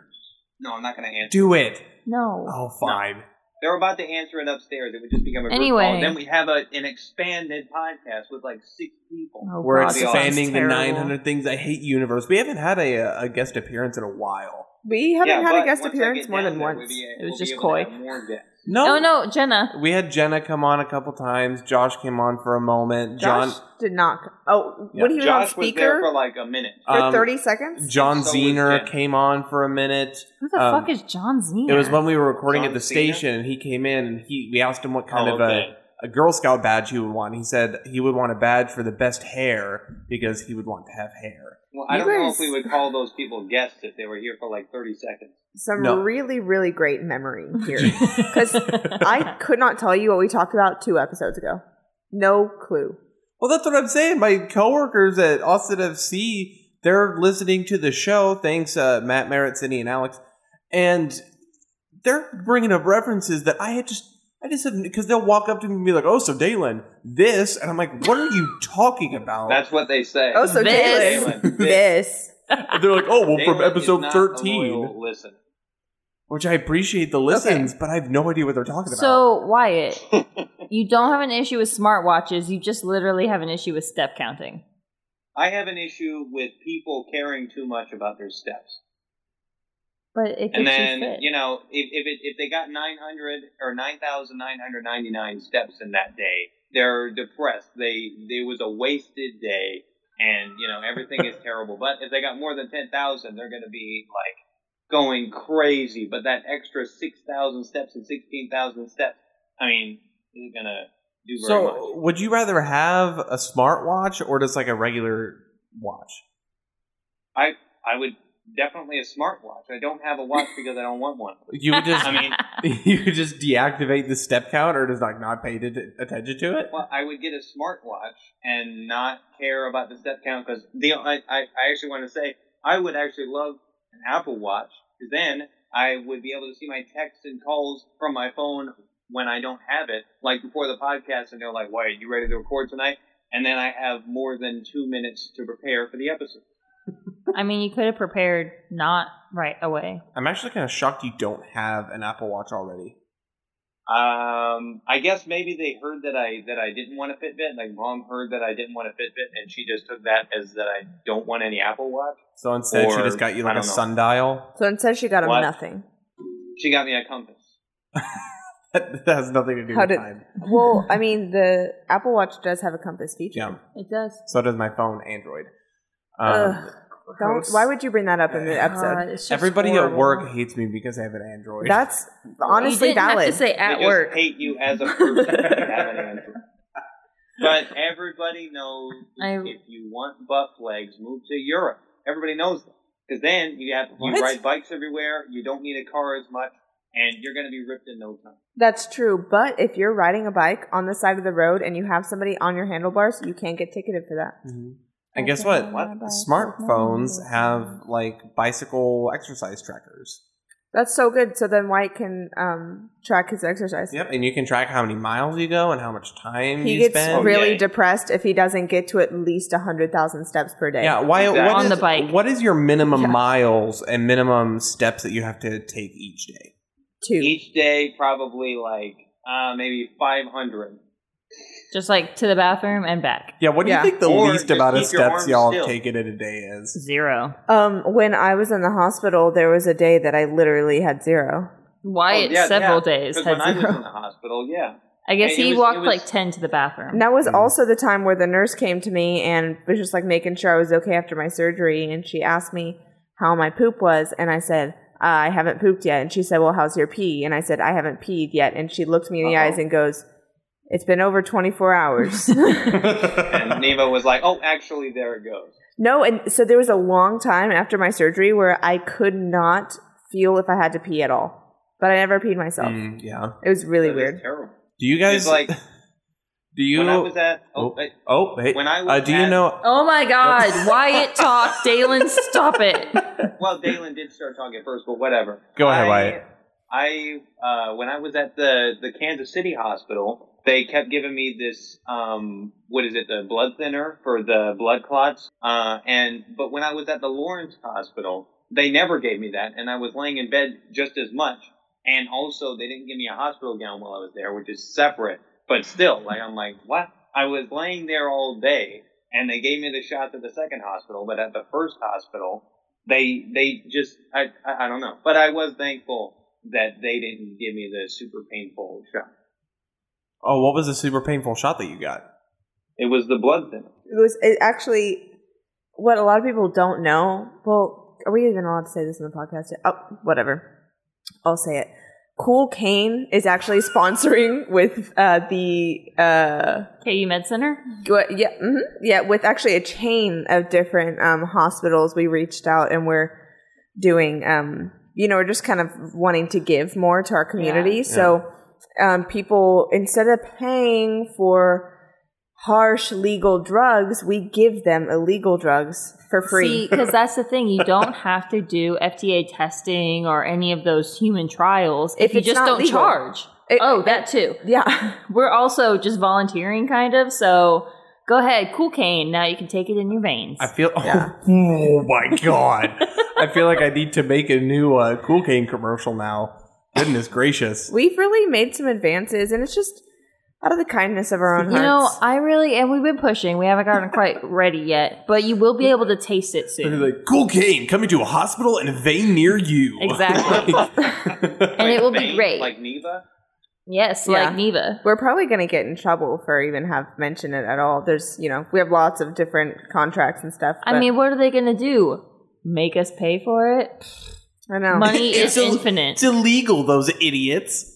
Speaker 1: No, I'm not going to answer.
Speaker 3: Do it.
Speaker 4: No,
Speaker 3: Oh, fine.
Speaker 1: They're about to answer it upstairs. It would just become a group
Speaker 4: Anyway.
Speaker 1: call. Then we have a, an expanded podcast with like six people.
Speaker 4: Oh,
Speaker 3: We're
Speaker 4: God, this sounds
Speaker 3: expanding the
Speaker 4: terrible.
Speaker 3: 900 things I hate universe. We haven't had a, uh, a guest appearance in a while.
Speaker 2: We haven't
Speaker 1: Yeah,
Speaker 2: had a
Speaker 1: but
Speaker 2: guest
Speaker 1: once I
Speaker 2: appearance
Speaker 1: get
Speaker 2: more
Speaker 1: down
Speaker 2: than
Speaker 1: there,
Speaker 2: once.
Speaker 1: we'll be-
Speaker 4: was
Speaker 1: we'll
Speaker 4: just
Speaker 1: be able to
Speaker 4: coy.
Speaker 1: have more guests.
Speaker 4: Oh no, Jenna.
Speaker 3: We had Jenna come on a couple times. Josh came on for a moment.
Speaker 2: Josh
Speaker 3: John
Speaker 2: did not. Oh,
Speaker 3: Yeah.
Speaker 2: when he was on
Speaker 1: Josh was there
Speaker 2: speaker
Speaker 1: for
Speaker 2: for,
Speaker 1: like a minute.
Speaker 3: um,
Speaker 2: 30 seconds?
Speaker 3: John
Speaker 1: So was
Speaker 3: Zener
Speaker 1: Jenna.
Speaker 3: came on for a minute.
Speaker 4: Who the
Speaker 3: Um,
Speaker 4: fuck is John Zena?
Speaker 3: It was when we were recording
Speaker 1: John
Speaker 3: at the
Speaker 1: Cena?
Speaker 3: station, and he came in and he we asked him what kind
Speaker 1: Oh,
Speaker 3: of uh,
Speaker 1: okay.
Speaker 3: a, a Girl Scout badge he would want. He said he would want a badge for the best hair because he would want to have hair.
Speaker 1: Well, I
Speaker 2: You
Speaker 1: don't know
Speaker 2: guys-
Speaker 1: if we would call those people guests if they were here for like 30 seconds.
Speaker 2: Some
Speaker 3: No.
Speaker 2: really, really great memory here. Because I could not tell you what we talked about two episodes ago. No clue.
Speaker 3: Well, that's what I'm saying. My coworkers at Austin FC, they're listening to the show. Thanks, uh, Matt Merritt, Cindy, and Alex, and they're bringing up references that I had just. I just said because they'll walk up to me and be like, "Oh, so Dalen, this," and I'm like, "What are you talking about?"
Speaker 1: That's what they say.
Speaker 2: Oh, so
Speaker 4: This.
Speaker 2: Jalen. This.
Speaker 3: And they're like, "Oh, well, from
Speaker 1: Daylight is
Speaker 3: episode
Speaker 1: not a
Speaker 3: 13."
Speaker 1: loyal Listen.
Speaker 3: Which I appreciate the listens, but I have no idea what they're talking about.
Speaker 4: so Wyatt, you don't have an issue with smartwatches. You just literally have an issue with step counting.
Speaker 1: I have an issue with people caring too much about their steps.
Speaker 4: But it gets
Speaker 1: And
Speaker 4: you
Speaker 1: then,
Speaker 4: fit.
Speaker 1: you know, if if, it, if they got 900 or 9,999 steps in that day, they're depressed. They they was a wasted day and, you know, everything is terrible. But if they got more than 10,000, they're going to be like going crazy, but that extra 6,000 steps and 16,000 steps, I mean, isn't going to do very much.
Speaker 3: So, would you rather have a smartwatch or just like a regular watch?
Speaker 1: I I would definitely a smartwatch. I don't have a watch because I don't want one.
Speaker 3: You would just
Speaker 1: I mean,
Speaker 3: you would just deactivate the step count or just like not pay t- attention to it.
Speaker 1: well, I would get a smartwatch and not care about the step count because the I, I I actually want to say I would actually love an Apple Watch because then I would be able to see my texts and calls from my phone when I don't have it, like before the podcast, and they're like, "Wait, you ready to record tonight?" And then I have more than two minutes to prepare for the episode.
Speaker 4: I mean, you could have prepared not right away.
Speaker 3: I'm actually kind of shocked you don't have an Apple Watch already.
Speaker 1: Um, I guess maybe they heard that I that I didn't want a Fitbit. Like mom heard that I didn't want a Fitbit, and she just took that as that I don't want any Apple Watch.
Speaker 3: So instead, she
Speaker 1: Or-
Speaker 3: just got you
Speaker 1: I
Speaker 3: like
Speaker 1: don't
Speaker 3: a
Speaker 1: know.
Speaker 3: sundial.
Speaker 2: So instead, she got him
Speaker 1: What?
Speaker 2: nothing.
Speaker 1: She got me a compass.
Speaker 3: That, that has nothing to do
Speaker 2: How
Speaker 3: with
Speaker 2: did-
Speaker 3: time.
Speaker 2: Well, I mean, the Apple Watch does have a compass feature.
Speaker 3: Yeah.
Speaker 4: It does.
Speaker 3: So does my phone, Android. Um,
Speaker 2: Ugh, Don't, why would you bring that up in the
Speaker 4: God,
Speaker 2: episode?
Speaker 4: it's just
Speaker 3: everybody at
Speaker 4: horrible.
Speaker 3: work hates me because I have an Android?
Speaker 2: That's
Speaker 4: You
Speaker 2: honestly
Speaker 4: didn't have
Speaker 2: valid.
Speaker 4: to say
Speaker 1: They
Speaker 4: at
Speaker 1: just
Speaker 4: work.
Speaker 1: hate you as a person. They have an answer. But everybody knows
Speaker 4: I-
Speaker 1: if you want buff legs, move to Europe. Everybody knows that. Because then you have
Speaker 3: What?
Speaker 1: you ride bikes everywhere, you don't need a car as much, and you're going to be ripped in no time.
Speaker 2: That's true. But if you're riding a bike on the side of the road and you have somebody on your handlebars, you can't get ticketed for that.
Speaker 1: Mm-hmm.
Speaker 3: And guess what? Smartphones have like bicycle exercise trackers.
Speaker 2: That's so good. So then White can um, track his exercise.
Speaker 3: Yep, and you can track how many miles you go and how much time
Speaker 2: He
Speaker 3: you
Speaker 2: gets
Speaker 3: spend.
Speaker 1: re-
Speaker 2: really
Speaker 1: yeah.
Speaker 2: depressed if he doesn't get to at least 100,000 steps per day.
Speaker 3: yeah, why?
Speaker 1: Exactly.
Speaker 3: what
Speaker 4: On
Speaker 3: is-
Speaker 4: the bike.
Speaker 3: What is your minimum
Speaker 2: Yeah.
Speaker 3: miles and minimum steps that you have to take each day?
Speaker 2: Two.
Speaker 1: Each day, probably like uh, maybe 500.
Speaker 4: Just like to the bathroom and back.
Speaker 3: Yeah, what do
Speaker 2: Yeah.
Speaker 3: you think the
Speaker 1: Or
Speaker 3: least
Speaker 1: just
Speaker 3: amount of
Speaker 1: keep your
Speaker 3: steps
Speaker 1: arms
Speaker 3: y'all have
Speaker 1: still.
Speaker 3: taken in a day is?
Speaker 4: Zero.
Speaker 2: Um, when I was in the hospital, there was a day that I literally had zero.
Speaker 4: Wyatt
Speaker 1: Oh, yeah,
Speaker 4: several
Speaker 1: yeah.
Speaker 4: days
Speaker 1: Because
Speaker 4: had
Speaker 1: when I was
Speaker 4: zero.
Speaker 1: in the hospital, yeah.
Speaker 4: I guess
Speaker 1: Hey, it
Speaker 4: he
Speaker 1: was-
Speaker 4: walked
Speaker 1: it was-
Speaker 4: like ten to the bathroom.
Speaker 2: And that was
Speaker 1: Mm.
Speaker 3: Mhm.
Speaker 2: also the time where the nurse came to me and was just like making sure I was okay after my surgery. And she asked me how my poop was. And I said, "Uh, I haven't pooped yet. And she said, Well, how's your pee? And I said, I haven't peed yet. And she looked me in the
Speaker 1: Uh-oh.
Speaker 2: eyes and goes, It's been over 24 hours.
Speaker 1: And Neva was like, oh, actually, there it goes.
Speaker 2: no. And so there was a long time after my surgery where I could not feel if I had to pee at all. But I never peed myself.
Speaker 3: Mm, yeah.
Speaker 2: It was really
Speaker 1: That is
Speaker 2: weird.
Speaker 1: terrible.
Speaker 3: Do you guys
Speaker 1: It's like-
Speaker 3: Do you?
Speaker 1: when I was at,
Speaker 3: oh,
Speaker 1: oh, uh,
Speaker 3: oh, hey.
Speaker 1: when I was
Speaker 3: uh, do you
Speaker 1: at-
Speaker 3: know?
Speaker 4: Oh my God! Wyatt talk. Dalen, stop it.
Speaker 1: well, Dalen did start talking at first, but whatever.
Speaker 3: Go ahead,
Speaker 1: I-
Speaker 3: Wyatt.
Speaker 1: I uh, when I was at the the Kansas City hospital, they kept giving me this um, what is it, the blood thinner for the blood clots. Uh, and but when I was at the Lawrence hospital, they never gave me that, and I was laying in bed just as much. And also, they didn't give me a hospital gown while I was there, which is separate. But still, like I'm like, what? I was laying there all day, and they gave me the shots at the second hospital, but at the first hospital, they they just I I, I don't know. But I was thankful that they didn't give me the super painful shot.
Speaker 3: Oh, what was the super painful shot that you got?
Speaker 1: It was the blood thinner.
Speaker 2: it was it actually what a lot of people don't know. Well, are we even allowed to say this in the podcast? yet? Oh, whatever. I'll say it. Cool Cane is actually sponsoring with uh, the uh,
Speaker 4: KU Med Center.
Speaker 2: gu- yeah mhm, yeah with actually a chain of different um, hospitals. We reached out and we're doing um, you know we're just kind of wanting to give more to our community. So um, people instead of paying for harsh legal drugs, we give them illegal drugs for free.
Speaker 4: because that's the thing. You don't have to do FDA testing or any of those human trials if,
Speaker 2: If
Speaker 4: you
Speaker 2: it's
Speaker 4: just
Speaker 2: not
Speaker 4: don't
Speaker 2: legal.
Speaker 4: charge.
Speaker 2: It-
Speaker 4: oh, that too.
Speaker 2: yeah.
Speaker 4: We're also just volunteering, kind of. So go ahead, cool cane. Now you can take it in your veins.
Speaker 3: I feel.
Speaker 2: Yeah.
Speaker 3: Oh, my god! I feel like I need to make a new uh, Cool Cane commercial now. Goodness gracious!
Speaker 2: We've really made some advances and it's just out of the kindness of our own
Speaker 4: you know,
Speaker 2: hearts.
Speaker 4: I really and we've been pushing. We haven't gotten quite ready yet, but you will be able to taste it
Speaker 3: They're
Speaker 4: soon.
Speaker 3: like Cool Cane coming to a hospital and a vein near you.
Speaker 4: Exactly.
Speaker 3: Like-
Speaker 4: and it
Speaker 1: Like
Speaker 4: will be
Speaker 1: veins,
Speaker 4: great.
Speaker 1: Like Neva.
Speaker 4: yes,
Speaker 2: Yeah.
Speaker 4: like Neva.
Speaker 2: we're probably going to get in trouble for even have mentioned it at all. There's, you know, we have lots of different contracts and stuff.
Speaker 4: I
Speaker 2: but-
Speaker 4: mean, what are they going to do? Make us pay for it?
Speaker 2: I know.
Speaker 4: Money
Speaker 3: It's
Speaker 4: is
Speaker 3: a-
Speaker 4: infinite.
Speaker 3: it's illegal, those idiots.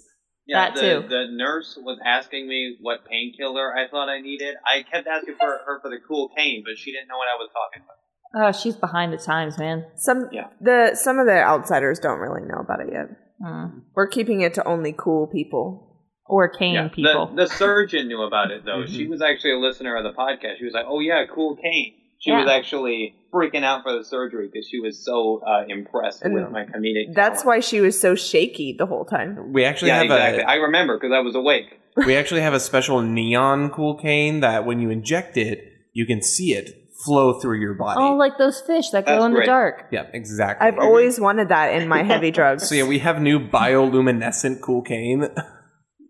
Speaker 1: Yeah,
Speaker 4: That
Speaker 1: the,
Speaker 4: too.
Speaker 1: the nurse was asking me what painkiller I thought I needed. I kept asking for her for the cool cane, but she didn't know what I was talking about.
Speaker 4: Oh, she's behind the times, man.
Speaker 2: Some
Speaker 1: Yeah.
Speaker 2: the some of the outsiders don't really know about it yet.
Speaker 4: Mm.
Speaker 2: We're keeping it to only cool people.
Speaker 4: Or cane
Speaker 1: Yeah.
Speaker 4: people. Mm-hmm.
Speaker 1: The, the surgeon knew about it though.
Speaker 3: Mhm.
Speaker 1: She was actually a listener of the podcast. She was like, "Oh yeah, cool cane." She was
Speaker 4: Yeah.
Speaker 1: actually freaking out for the surgery because she was so uh, impressed
Speaker 2: And
Speaker 1: with my comedic.
Speaker 2: That's
Speaker 1: talent.
Speaker 2: why she was so shaky the whole time.
Speaker 3: We actually
Speaker 1: Yeah,
Speaker 3: have
Speaker 1: exactly. I remember because I was awake.
Speaker 3: a we actually have a special neon cool cane that when you inject it, you can see it flow through your body.
Speaker 4: oh, like those fish that glow
Speaker 1: That's
Speaker 4: in the
Speaker 1: great.
Speaker 4: dark.
Speaker 3: yeah, exactly.
Speaker 2: I've always wanted that in my heavy drugs.
Speaker 3: so yeah, we have new bioluminescent cool cane.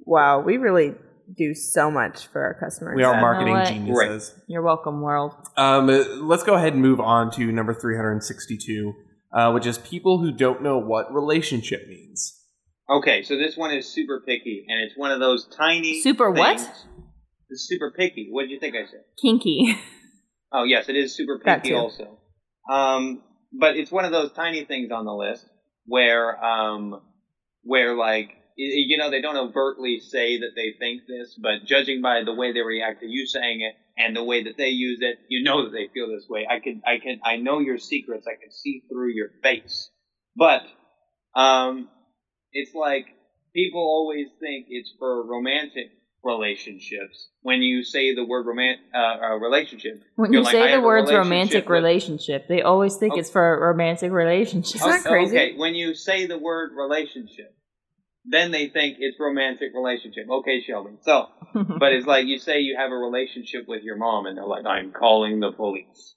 Speaker 2: wow, we really do so much for our customers.
Speaker 3: We are
Speaker 2: Uh,
Speaker 3: marketing
Speaker 4: what?
Speaker 3: geniuses.
Speaker 4: You're welcome, world.
Speaker 3: Um, uh, let's go ahead and move on to number 362, uh, which is people who don't know what relationship means.
Speaker 1: Okay, so this one is super picky, and it's one of those tiny
Speaker 4: Super what?
Speaker 1: things. It's super picky. What did you think I said?
Speaker 4: Kinky.
Speaker 1: Oh yes, it is super
Speaker 2: That
Speaker 1: picky
Speaker 2: too.
Speaker 1: also. Um, but it's one of those tiny things on the list where um, where like y- you know, they don't overtly say that they think this, but judging by the way they react to you saying it and the way that they use it, you know that they feel this way. I can, I can, I know your secrets. I can see through your face. But, um, it's like people always think it's for romantic relationships when you say the word romantic uh, uh, relationship.
Speaker 4: When
Speaker 1: you're
Speaker 4: you
Speaker 1: like, I
Speaker 4: say the
Speaker 1: have a
Speaker 4: words
Speaker 1: relationship
Speaker 4: romantic
Speaker 1: with-
Speaker 4: relationship, they always think
Speaker 1: Oh.
Speaker 4: it's for a romantic relationship.
Speaker 2: Isn't that
Speaker 1: Okay,
Speaker 2: crazy?
Speaker 1: Oh, Okay, when you say the word relationship, then they think it's romantic relationship. Okay, Shelby. So, but it's like you say you have a relationship with your mom, and they're like, "I'm calling the police."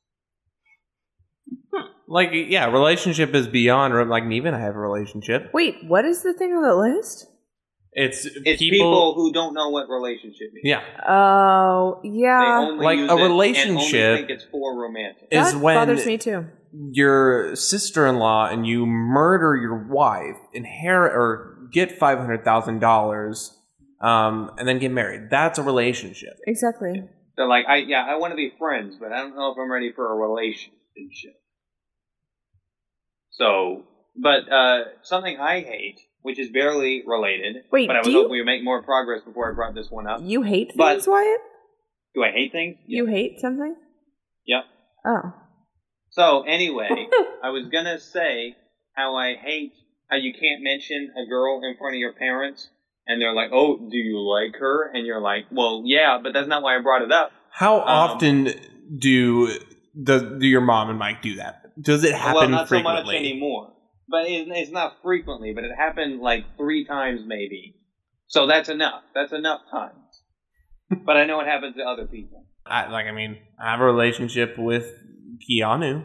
Speaker 3: Like, yeah, relationship is beyond. Like, Neve and I have a relationship.
Speaker 2: Wait, what is the thing on the list?
Speaker 3: It's,
Speaker 1: It's people, who don't know what relationship means.
Speaker 3: Yeah,
Speaker 2: Oh,
Speaker 1: They
Speaker 2: yeah.
Speaker 1: only
Speaker 3: Like
Speaker 1: use
Speaker 3: a
Speaker 1: it and only
Speaker 3: relationship-
Speaker 1: think it's for romantic.
Speaker 3: It- is
Speaker 2: that
Speaker 3: when-
Speaker 2: bothers me too.
Speaker 3: your sister-in-law and you murder your wife, inherit or get five hundred thousand dollars, um, and then get married. That's a relationship.
Speaker 2: Exactly.
Speaker 1: They're like, "I yeah, I want to be friends, but I don't know if I'm ready for a relationship." So, but uh, something I hate, which is barely related,
Speaker 2: Wait,
Speaker 1: but I was
Speaker 2: do you-
Speaker 1: hoping we would make more progress before I brought this one up.
Speaker 2: You hate
Speaker 1: But-
Speaker 2: things, Wyatt?
Speaker 1: Do I hate things?
Speaker 2: You hate something?
Speaker 1: Yep.
Speaker 2: Oh.
Speaker 1: So anyway, I was gonna say how I hate how you can't mention a girl in front of your parents, and they're like, "Oh, do you like her?" And you're like, "Well, yeah, but that's not why I brought it up."
Speaker 3: How often do does do your mom and Mike do that? Does it happen
Speaker 1: well, not
Speaker 3: frequently?
Speaker 1: so much anymore, but it, it's not frequently. But it happened like three times, maybe. So that's enough. That's enough times. but I know it happens to other people.
Speaker 3: I, like, I mean, I have a relationship with Keanu,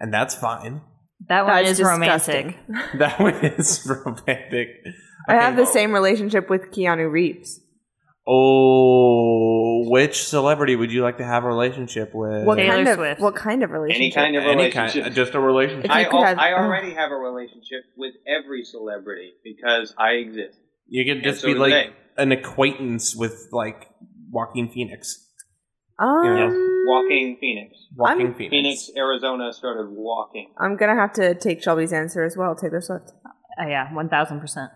Speaker 3: and that's fine.
Speaker 4: that one
Speaker 2: That's
Speaker 4: is romantic.
Speaker 2: disgusting.
Speaker 3: That one is romantic.
Speaker 2: I have the
Speaker 3: Okay.
Speaker 2: same relationship with Keanu Reeves.
Speaker 3: Oh, which celebrity would you like to have a relationship with?
Speaker 2: What
Speaker 4: Taylor
Speaker 2: kind of
Speaker 4: Swift.
Speaker 2: what kind of
Speaker 1: Uh, Any
Speaker 2: relationship?
Speaker 1: kind of
Speaker 3: Any
Speaker 1: relationship.
Speaker 3: kind, just a relationship.
Speaker 2: If you
Speaker 1: I,
Speaker 2: could
Speaker 1: al-
Speaker 2: have- uh,
Speaker 1: I
Speaker 2: ugh.
Speaker 1: already have a relationship with every celebrity because I exist.
Speaker 3: You could just
Speaker 1: so
Speaker 3: be
Speaker 1: do
Speaker 3: like
Speaker 1: they.
Speaker 3: an acquaintance with like Walking Phoenix.
Speaker 2: um,
Speaker 3: Yes,
Speaker 1: Walking Phoenix.
Speaker 3: Walking
Speaker 2: I'm-
Speaker 3: Phoenix.
Speaker 1: Phoenix, Arizona started walking.
Speaker 2: I'm gonna have to take Shelby's answer as well, Taylor Swift.
Speaker 4: Oh, yeah, one thousand percent.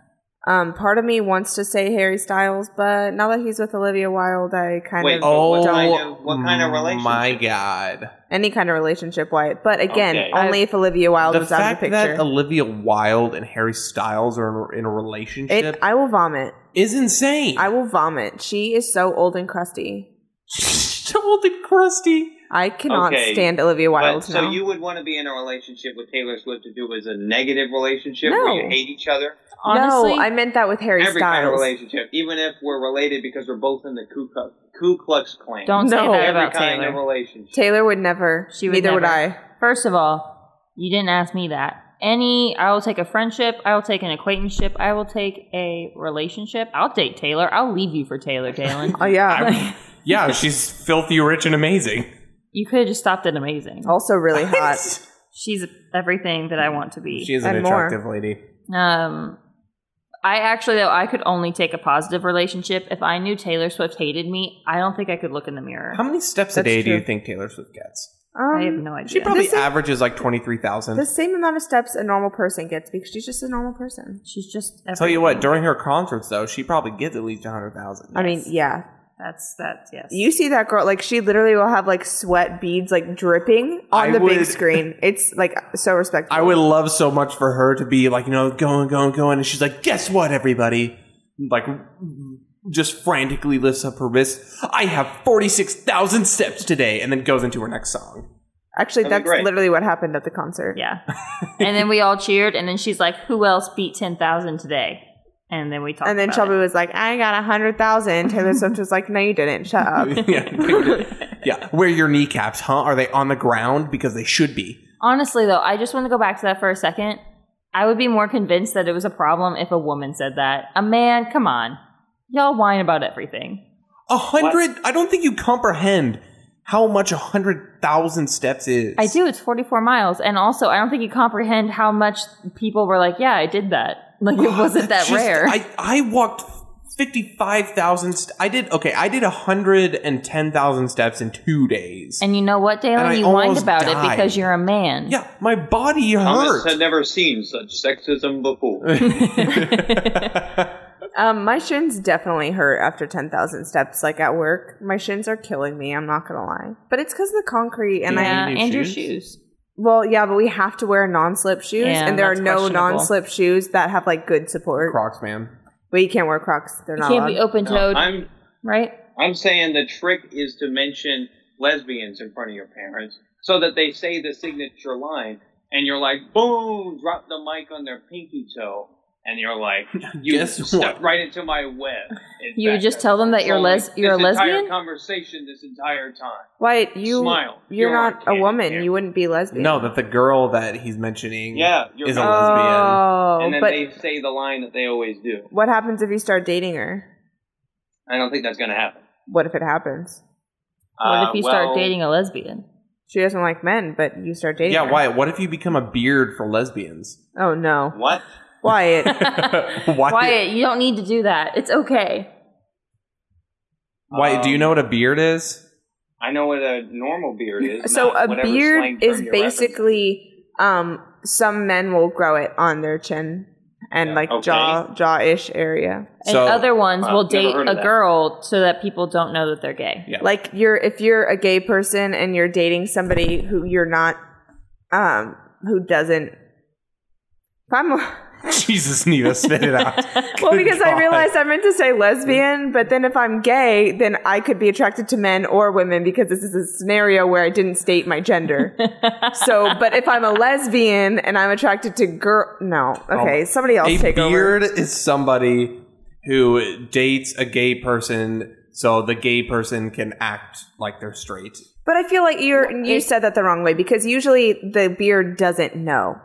Speaker 2: Um, part of me wants to say Harry Styles, but now that he's with Olivia Wilde, I kind
Speaker 1: Wait,
Speaker 2: of
Speaker 1: so what
Speaker 3: Oh,
Speaker 1: kind of- what kind of
Speaker 3: My
Speaker 1: relationship?
Speaker 3: God.
Speaker 2: any kind of relationship, Wyatt. But again,
Speaker 1: Okay.
Speaker 2: only if Olivia Wilde
Speaker 3: the
Speaker 2: was out of
Speaker 3: fact
Speaker 2: the
Speaker 3: that
Speaker 2: picture.
Speaker 3: Olivia Wilde and Harry Styles are in a, in a relationship
Speaker 2: It, I will vomit.
Speaker 3: is insane.
Speaker 2: I will vomit. She is so old and crusty.
Speaker 3: so old and crusty.
Speaker 2: I cannot
Speaker 1: Okay,
Speaker 2: stand Olivia Wilde
Speaker 1: But, so
Speaker 2: now.
Speaker 1: you would want to be in a relationship with Taylor Swift if it was a negative relationship
Speaker 2: No.
Speaker 1: where you hate each other?
Speaker 4: Honestly,
Speaker 2: no, I meant that with Harry
Speaker 1: Every
Speaker 2: Styles.
Speaker 1: kind of relationship, even if we're related because we're both in the Ku Klux, Ku Klux Klan.
Speaker 4: don't say
Speaker 2: No.
Speaker 4: that
Speaker 1: Every
Speaker 4: about
Speaker 1: kind of
Speaker 4: Taylor.
Speaker 1: relationship.
Speaker 2: Taylor would never.
Speaker 4: She
Speaker 2: She
Speaker 4: would
Speaker 2: Neither would
Speaker 4: never.
Speaker 2: I.
Speaker 4: First of all, you didn't ask me that. Any, I will take a friendship. I will take an acquaintanceship. I will take a relationship. I'll date Taylor. I'll leave you for Taylor, Dalen.
Speaker 2: Oh yeah.
Speaker 3: Yeah, she's filthy rich and amazing.
Speaker 4: you could have just stopped at amazing.
Speaker 3: Oh.
Speaker 2: also really hot.
Speaker 4: She's everything that I want to be.
Speaker 3: she is an
Speaker 2: And more.
Speaker 3: attractive lady.
Speaker 4: Um, I actually though I could only take a positive relationship if I knew Taylor Swift hated me. I don't think I could look in the mirror.
Speaker 3: How many steps a
Speaker 2: That's
Speaker 3: day do you
Speaker 2: true.
Speaker 3: think Taylor Swift gets?
Speaker 2: Um,
Speaker 4: I have no idea.
Speaker 3: She probably
Speaker 2: This is-
Speaker 3: averages like twenty three thousand.
Speaker 2: the same amount of steps a normal person gets because she's just a normal person.
Speaker 4: She's just.
Speaker 3: Tell you what,
Speaker 4: everything.
Speaker 3: during her concerts though, she probably gets at least a hundred thousand.
Speaker 2: I mean,
Speaker 4: Yes.
Speaker 2: yeah.
Speaker 4: That's that's yes.
Speaker 2: You see that girl, like, she literally will have, like, sweat beads, like, dripping on
Speaker 3: I
Speaker 2: the big
Speaker 3: would-
Speaker 2: screen. It's, like, so respectful.
Speaker 3: I would love so much for her to be like, you know, going, going, going, and she's like, guess what, everybody? Like, just frantically lifts up her wrist. I have forty six thousand steps today, and then goes into her next song.
Speaker 2: Actually,
Speaker 1: That'd be
Speaker 2: that's
Speaker 1: great.
Speaker 2: literally what happened at the concert.
Speaker 4: yeah. and then we all cheered, and then she's like, "Who else beat ten thousand today?" And then we talked.
Speaker 2: And then
Speaker 4: about
Speaker 2: Shelby
Speaker 4: it.
Speaker 2: was like, I got a 100,000. Taylor Swift was like, no, you didn't. Shut up.
Speaker 3: yeah, yeah. Where are your kneecaps? Huh? Are they on the ground? Because they should be.
Speaker 4: Honestly, though, I just want to go back to that for a second. I would be more convinced that it was a problem if a woman said that. A man, come on, y'all whine about everything.
Speaker 3: A hundred. I don't think you comprehend how much a hundred thousand steps is.
Speaker 4: I do. It's 44 miles. And also, I don't think you comprehend how much people were like, yeah, I did that. Like, it wasn't that
Speaker 3: Just-
Speaker 4: rare.
Speaker 3: I I walked fifty-five thousand. St- I did okay. I did hundred and ten thousand steps in two days.
Speaker 4: And you know what,
Speaker 3: And I
Speaker 4: Taylor? You whined
Speaker 3: almost
Speaker 4: about
Speaker 3: died.
Speaker 4: it because you're a man.
Speaker 3: yeah, my body
Speaker 1: Thomas had
Speaker 3: hurt.
Speaker 1: never seen such sexism before.
Speaker 2: Um, my shins definitely hurt after 10,000 steps, like at work. My shins are killing me, I'm not going to lie. But it's because of the concrete, and I,
Speaker 3: Yeah.
Speaker 4: Uh,
Speaker 3: New
Speaker 4: and your
Speaker 3: shoes?
Speaker 4: shoes.
Speaker 2: well, yeah, but we have to wear non slip shoes,
Speaker 4: Yeah,
Speaker 2: and there are
Speaker 4: that's
Speaker 2: no
Speaker 4: questionable.
Speaker 2: non slip shoes that have like good support.
Speaker 3: Crocs, man.
Speaker 2: But you can't wear Crocs, they're
Speaker 4: You
Speaker 2: not
Speaker 4: can't
Speaker 2: allowed.
Speaker 4: be open
Speaker 1: No,
Speaker 4: toed,
Speaker 1: I'm
Speaker 4: right?
Speaker 1: I'm saying the trick is to mention lesbians in front of your parents so that they say the signature line and you're like, boom, drop the mic on their pinky toe. And you're like, you
Speaker 3: Guess what?
Speaker 1: stepped right into my web. In
Speaker 4: You
Speaker 1: fact,
Speaker 4: just
Speaker 1: I've
Speaker 4: tell them that you're
Speaker 1: controlled
Speaker 4: les- you're a
Speaker 1: this entire
Speaker 4: lesbian?
Speaker 1: Conversation this entire time.
Speaker 2: Wyatt, you,
Speaker 1: Smile.
Speaker 2: you're,
Speaker 1: You're
Speaker 2: not a
Speaker 1: candy
Speaker 2: woman.
Speaker 1: here.
Speaker 2: You wouldn't be lesbian.
Speaker 3: No, that the girl that he's mentioning
Speaker 1: Yeah, you're
Speaker 3: is a
Speaker 1: not.
Speaker 3: lesbian.
Speaker 2: Oh,
Speaker 1: and then
Speaker 2: but
Speaker 1: they say the line that they always do.
Speaker 2: what happens if you start dating her?
Speaker 1: I don't think that's gonna happen.
Speaker 2: What if it happens?
Speaker 4: What
Speaker 1: Uh,
Speaker 4: if you
Speaker 1: well,
Speaker 4: start dating a lesbian?
Speaker 2: She doesn't like men, but you start dating
Speaker 3: Yeah,
Speaker 2: her.
Speaker 3: Wyatt, what if you become a beard for lesbians?
Speaker 2: Oh, no.
Speaker 1: What?
Speaker 2: Wyatt.
Speaker 3: Wyatt,
Speaker 4: Wyatt, you don't need to do that. It's okay.
Speaker 3: Wyatt, do you
Speaker 1: Um,
Speaker 3: know what a beard is?
Speaker 1: I know what a normal beard is.
Speaker 2: so
Speaker 1: not
Speaker 2: a
Speaker 1: whatever slang
Speaker 2: beard
Speaker 1: term
Speaker 2: is
Speaker 1: you're referencing.
Speaker 2: basically um some men will grow it on their chin and
Speaker 1: Yeah,
Speaker 2: like
Speaker 1: okay.
Speaker 2: jaw jaw-ish area
Speaker 4: And
Speaker 3: So-
Speaker 4: other ones
Speaker 1: Wow,
Speaker 4: will
Speaker 1: never
Speaker 4: date
Speaker 1: heard of
Speaker 4: a
Speaker 1: that.
Speaker 4: girl so that people don't know that they're gay.
Speaker 3: Yeah.
Speaker 2: like you're if you're a gay person and you're dating somebody who you're not um who doesn't if i'm
Speaker 3: Jesus, Nita, spit it out.
Speaker 2: well
Speaker 3: Good
Speaker 2: Oh, because i
Speaker 3: God.
Speaker 2: realized i meant to say lesbian but then if i'm gay then i could be attracted to men or women because this is a scenario where i didn't state my gender so but if i'm a lesbian and i'm attracted to girl no okay somebody else
Speaker 3: Oh. a
Speaker 2: take over
Speaker 3: beard is somebody who dates a gay person so the gay person can act like they're straight.
Speaker 2: But I feel like you're you
Speaker 4: it-
Speaker 2: said that the wrong way because usually the beard doesn't know.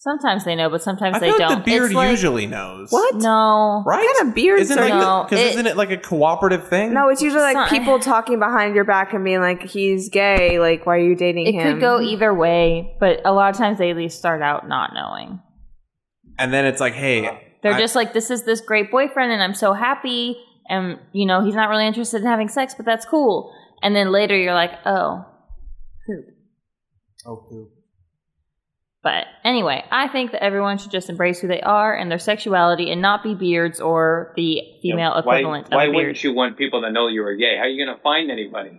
Speaker 4: Sometimes they know, but sometimes
Speaker 3: I
Speaker 4: they
Speaker 3: feel like
Speaker 4: don't.
Speaker 3: the beard
Speaker 4: It's like-
Speaker 3: usually knows.
Speaker 2: What?
Speaker 4: No.
Speaker 3: Right?
Speaker 2: What kind of beards
Speaker 3: isn't
Speaker 2: are
Speaker 3: like
Speaker 4: you-
Speaker 3: the-
Speaker 4: No,
Speaker 3: 'cause
Speaker 4: it-
Speaker 3: isn't it like a cooperative thing?
Speaker 2: No, it's usually like
Speaker 4: It's not-
Speaker 2: people talking behind your back and being like, "He's gay. Like, why are you dating
Speaker 4: It
Speaker 2: him?"
Speaker 4: could go either way, but a lot of times they at least start out not knowing.
Speaker 3: and then it's like, hey,
Speaker 4: They're
Speaker 3: I-
Speaker 4: just like, this is this great boyfriend, and I'm so happy. And, you know, he's not really interested in having sex, but that's cool. And then later you're like, oh.
Speaker 3: oh, cool.
Speaker 4: But anyway, I think that everyone should just embrace who they are and their sexuality and not be beards or the female
Speaker 1: Why-
Speaker 4: equivalent
Speaker 1: Why
Speaker 4: of a beard.
Speaker 1: wouldn't you want people to know you were gay? How are you gonna find anybody?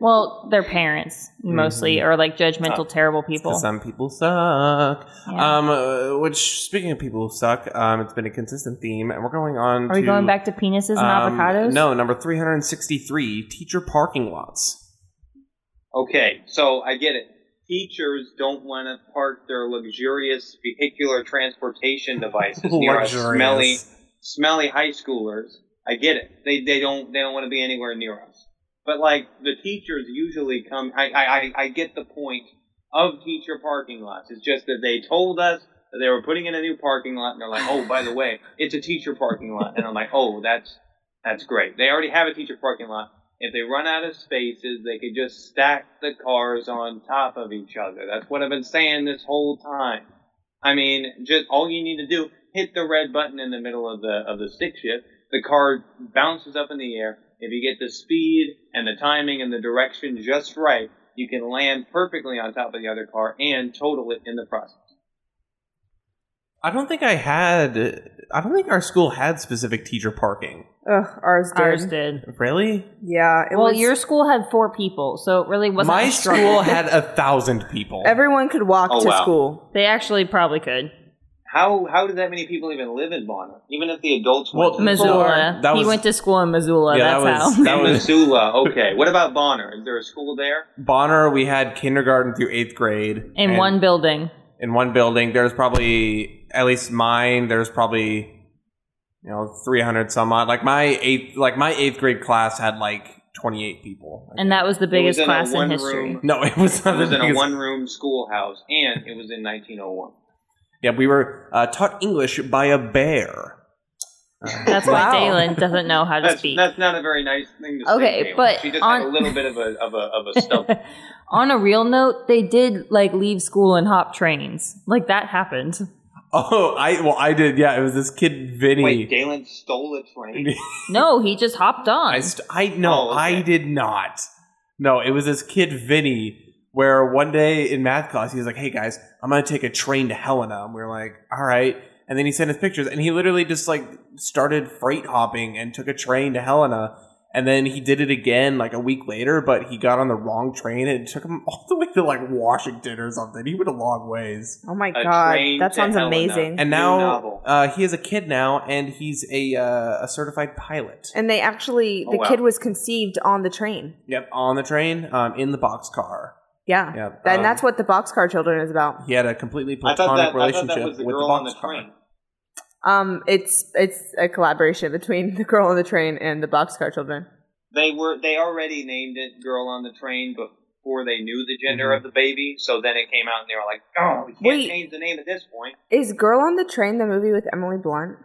Speaker 4: Well, their parents mostly
Speaker 3: Mm-hmm.
Speaker 4: or like judgmental, terrible people.
Speaker 3: 'Cause some people suck.
Speaker 4: Yeah.
Speaker 3: Uh, Um, uh, which speaking of people who suck, um, it's been a consistent theme, and we're going on.
Speaker 4: Are we
Speaker 3: to,
Speaker 4: going back to penises and
Speaker 3: um,
Speaker 4: avocados?
Speaker 3: No, number three hundred and sixty-three. Teacher parking lots.
Speaker 1: Okay, so I get it. Teachers don't want to park their luxurious vehicular transportation devices near us
Speaker 3: Luxurious.
Speaker 1: smelly, smelly high schoolers. I get it. They they don't they don't want to be anywhere near us. But like the teachers usually come. I I I- I get the point of teacher parking lots. It's just that they told us that they were putting in a new parking lot, and they're like, oh, by the way, it's a teacher parking lot, and I'm like, oh, that's that's great. They already have a teacher parking lot. If they run out of spaces, they could just stack the cars on top of each other. That's what I've been saying this whole time. I mean, just all you need to do hit the red button in the middle of the of the stick shift. The car bounces up in the air. If you get the speed and the timing and the direction just right, you can land perfectly on top of the other car and total it in the process.
Speaker 3: I don't think I had. I don't think our school had specific teacher parking.
Speaker 2: Ugh, ours did.
Speaker 4: Ours did.
Speaker 3: Really?
Speaker 2: Yeah. It
Speaker 4: Well,
Speaker 2: was,
Speaker 4: your school had four people, so it really wasn't.
Speaker 3: My
Speaker 4: a struggle.
Speaker 3: school had a thousand people.
Speaker 2: everyone could walk
Speaker 1: Oh,
Speaker 2: to
Speaker 1: wow.
Speaker 2: school.
Speaker 4: They actually probably could.
Speaker 1: How how do that many people even live in Bonner? Even if the adults
Speaker 3: Well,
Speaker 1: went to
Speaker 4: Missoula.
Speaker 3: That
Speaker 4: he
Speaker 3: was-
Speaker 4: went to school in Missoula.
Speaker 3: Yeah,
Speaker 4: that's
Speaker 3: that was-
Speaker 4: how.
Speaker 3: that
Speaker 1: In
Speaker 3: was-
Speaker 1: Missoula. Okay. What about Bonner? Is there a school there?
Speaker 3: Bonner, we had kindergarten through eighth grade
Speaker 4: In
Speaker 3: and-
Speaker 4: one building.
Speaker 3: in one building. There's probably at least mine. There's probably you know 300 some odd. Like my eighth, like my eighth grade class had like 28 people.
Speaker 4: And that was the
Speaker 1: It was
Speaker 4: biggest
Speaker 1: in a
Speaker 4: class in
Speaker 1: one
Speaker 4: history.
Speaker 1: room-
Speaker 3: no, it was
Speaker 1: It
Speaker 3: not
Speaker 1: was
Speaker 3: the
Speaker 1: in a
Speaker 3: biggest-
Speaker 1: one room schoolhouse, and it was in 1901.
Speaker 3: Yeah, we were uh, taught English by a bear.
Speaker 4: That's
Speaker 2: Wow.
Speaker 4: why Dalen doesn't know how to
Speaker 1: That's,
Speaker 4: speak.
Speaker 1: that's not a very nice thing to say.
Speaker 4: Okay,
Speaker 1: Taylor.
Speaker 4: but
Speaker 1: she just
Speaker 4: on-
Speaker 1: had a little bit of a of a of a stump.
Speaker 4: On a real note, they did like leave school and hop trains. Like that happened.
Speaker 3: Oh, I well, I did. Yeah, it was this kid Vinny.
Speaker 1: Wait, Galen stole a train.
Speaker 4: No, he just hopped on.
Speaker 3: I, st- I no,
Speaker 1: Oh, okay.
Speaker 3: I did not. No, it was this kid Vinny. Where one day in math class, he was like, "Hey guys, I'm gonna take a train to Helena." And we were like, "All right." And then he sent us pictures, and he literally just like started freight hopping and took a train to Helena. And then he did it again like a week later, but he got on the wrong train and it took him all the way to like Washington or something. He went a long ways.
Speaker 2: Oh my
Speaker 1: A
Speaker 2: god,
Speaker 1: train
Speaker 2: that
Speaker 1: to
Speaker 2: sounds
Speaker 1: Helena.
Speaker 2: amazing. And,
Speaker 3: And
Speaker 1: New
Speaker 3: now
Speaker 1: novel.
Speaker 3: uh, he is a kid now, and he's a uh, a certified pilot.
Speaker 2: they actually,
Speaker 1: Oh,
Speaker 2: the
Speaker 1: wow.
Speaker 2: kid was conceived on the train.
Speaker 3: Yep, on the train, um, in the boxcar.
Speaker 2: Yeah.
Speaker 3: Yep,
Speaker 2: And
Speaker 3: um,
Speaker 2: that's what the boxcar children is about.
Speaker 3: he had a completely
Speaker 1: I thought
Speaker 3: platonic
Speaker 1: that I thought
Speaker 3: relationship
Speaker 1: that was the
Speaker 3: with
Speaker 1: girl
Speaker 3: the
Speaker 1: on the
Speaker 3: boxcar.
Speaker 1: train.
Speaker 2: Um, it's it's a collaboration between the girl on the train and the boxcar children.
Speaker 1: They were they already named it "Girl on the Train" before they knew the gender
Speaker 3: Mhm.
Speaker 1: of the baby. So then it came out, and they were like, "Oh, we can't
Speaker 2: Wait.
Speaker 1: change the name at this point."
Speaker 2: Is Girl on the Train the movie with Emily Blunt?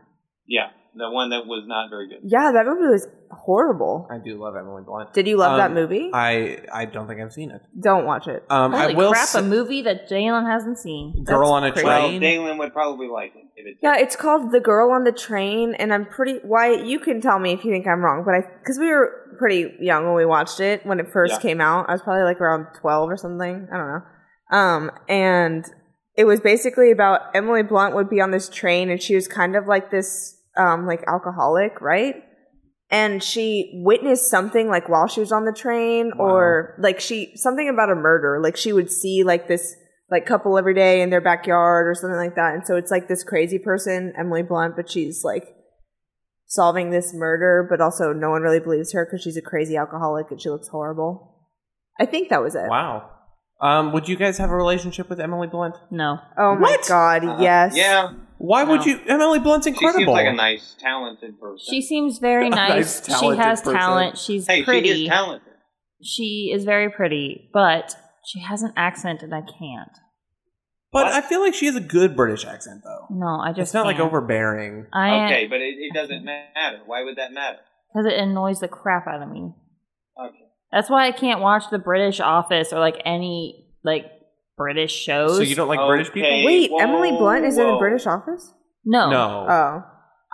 Speaker 1: Yeah, the one that was not very good.
Speaker 2: Yeah, that movie was horrible.
Speaker 3: I do love Emily Blunt.
Speaker 2: Did you love
Speaker 3: Um,
Speaker 2: that movie?
Speaker 3: I I don't think I've seen it.
Speaker 2: Don't watch it.
Speaker 3: Um,
Speaker 4: Holy
Speaker 3: I will.
Speaker 4: crap,
Speaker 3: s-
Speaker 4: a movie that Jalen hasn't seen.
Speaker 3: Girl on a
Speaker 2: That's crazy.
Speaker 1: Well,
Speaker 3: train.
Speaker 1: Dalen would probably like it if it.
Speaker 2: Yeah, it's called The Girl on the Train, and I'm pretty. Why you can tell me if you think I'm wrong, but I because we were pretty young when we watched it when it first
Speaker 1: Yeah.
Speaker 2: came out. I was probably like around twelve or something. I don't know. Um, and it was basically about Emily Blunt would be on this train, and she was kind of like this, um, like alcoholic, right? And she witnessed something like while she was on the train, or like she something about a murder. Like she would see like this like couple every day in their backyard or something like that. And so it's like this crazy person, Emily Blunt, but she's like solving this murder, but also no one really believes her because she's a crazy alcoholic and she looks horrible. I think that was it.
Speaker 3: Wow. Um, would you guys have a relationship with Emily Blunt?
Speaker 4: No.
Speaker 2: Oh
Speaker 3: What? Uh-huh.
Speaker 2: my god,
Speaker 1: Uh,
Speaker 2: yes.
Speaker 1: Yeah,
Speaker 3: Why
Speaker 4: No.
Speaker 3: would you? Emily Blunt's
Speaker 1: she
Speaker 3: incredible.
Speaker 1: seems like a nice, talented person.
Speaker 4: She seems very
Speaker 3: A nice,
Speaker 4: nice. she
Speaker 3: talented
Speaker 4: has
Speaker 3: person.
Speaker 4: talent. She's
Speaker 1: hey,
Speaker 4: pretty.
Speaker 1: she is talented.
Speaker 4: she is very pretty, but she has an accent and I can't.
Speaker 3: but
Speaker 1: What?
Speaker 3: I feel like she has a good British accent though.
Speaker 4: No, I just
Speaker 3: It's not like
Speaker 4: can't.
Speaker 3: overbearing.
Speaker 4: I
Speaker 1: Okay, but it, it doesn't matter. Why would that matter?
Speaker 4: because it annoys the crap out of me.
Speaker 1: Okay.
Speaker 4: That's why I can't watch The British Office or like any like British shows.
Speaker 3: So you don't like British people?
Speaker 1: Okay.
Speaker 2: Wait,
Speaker 1: Whoa,
Speaker 2: Emily Blunt is in the
Speaker 1: whoa.
Speaker 2: British office?
Speaker 4: No,
Speaker 3: No.
Speaker 2: Oh.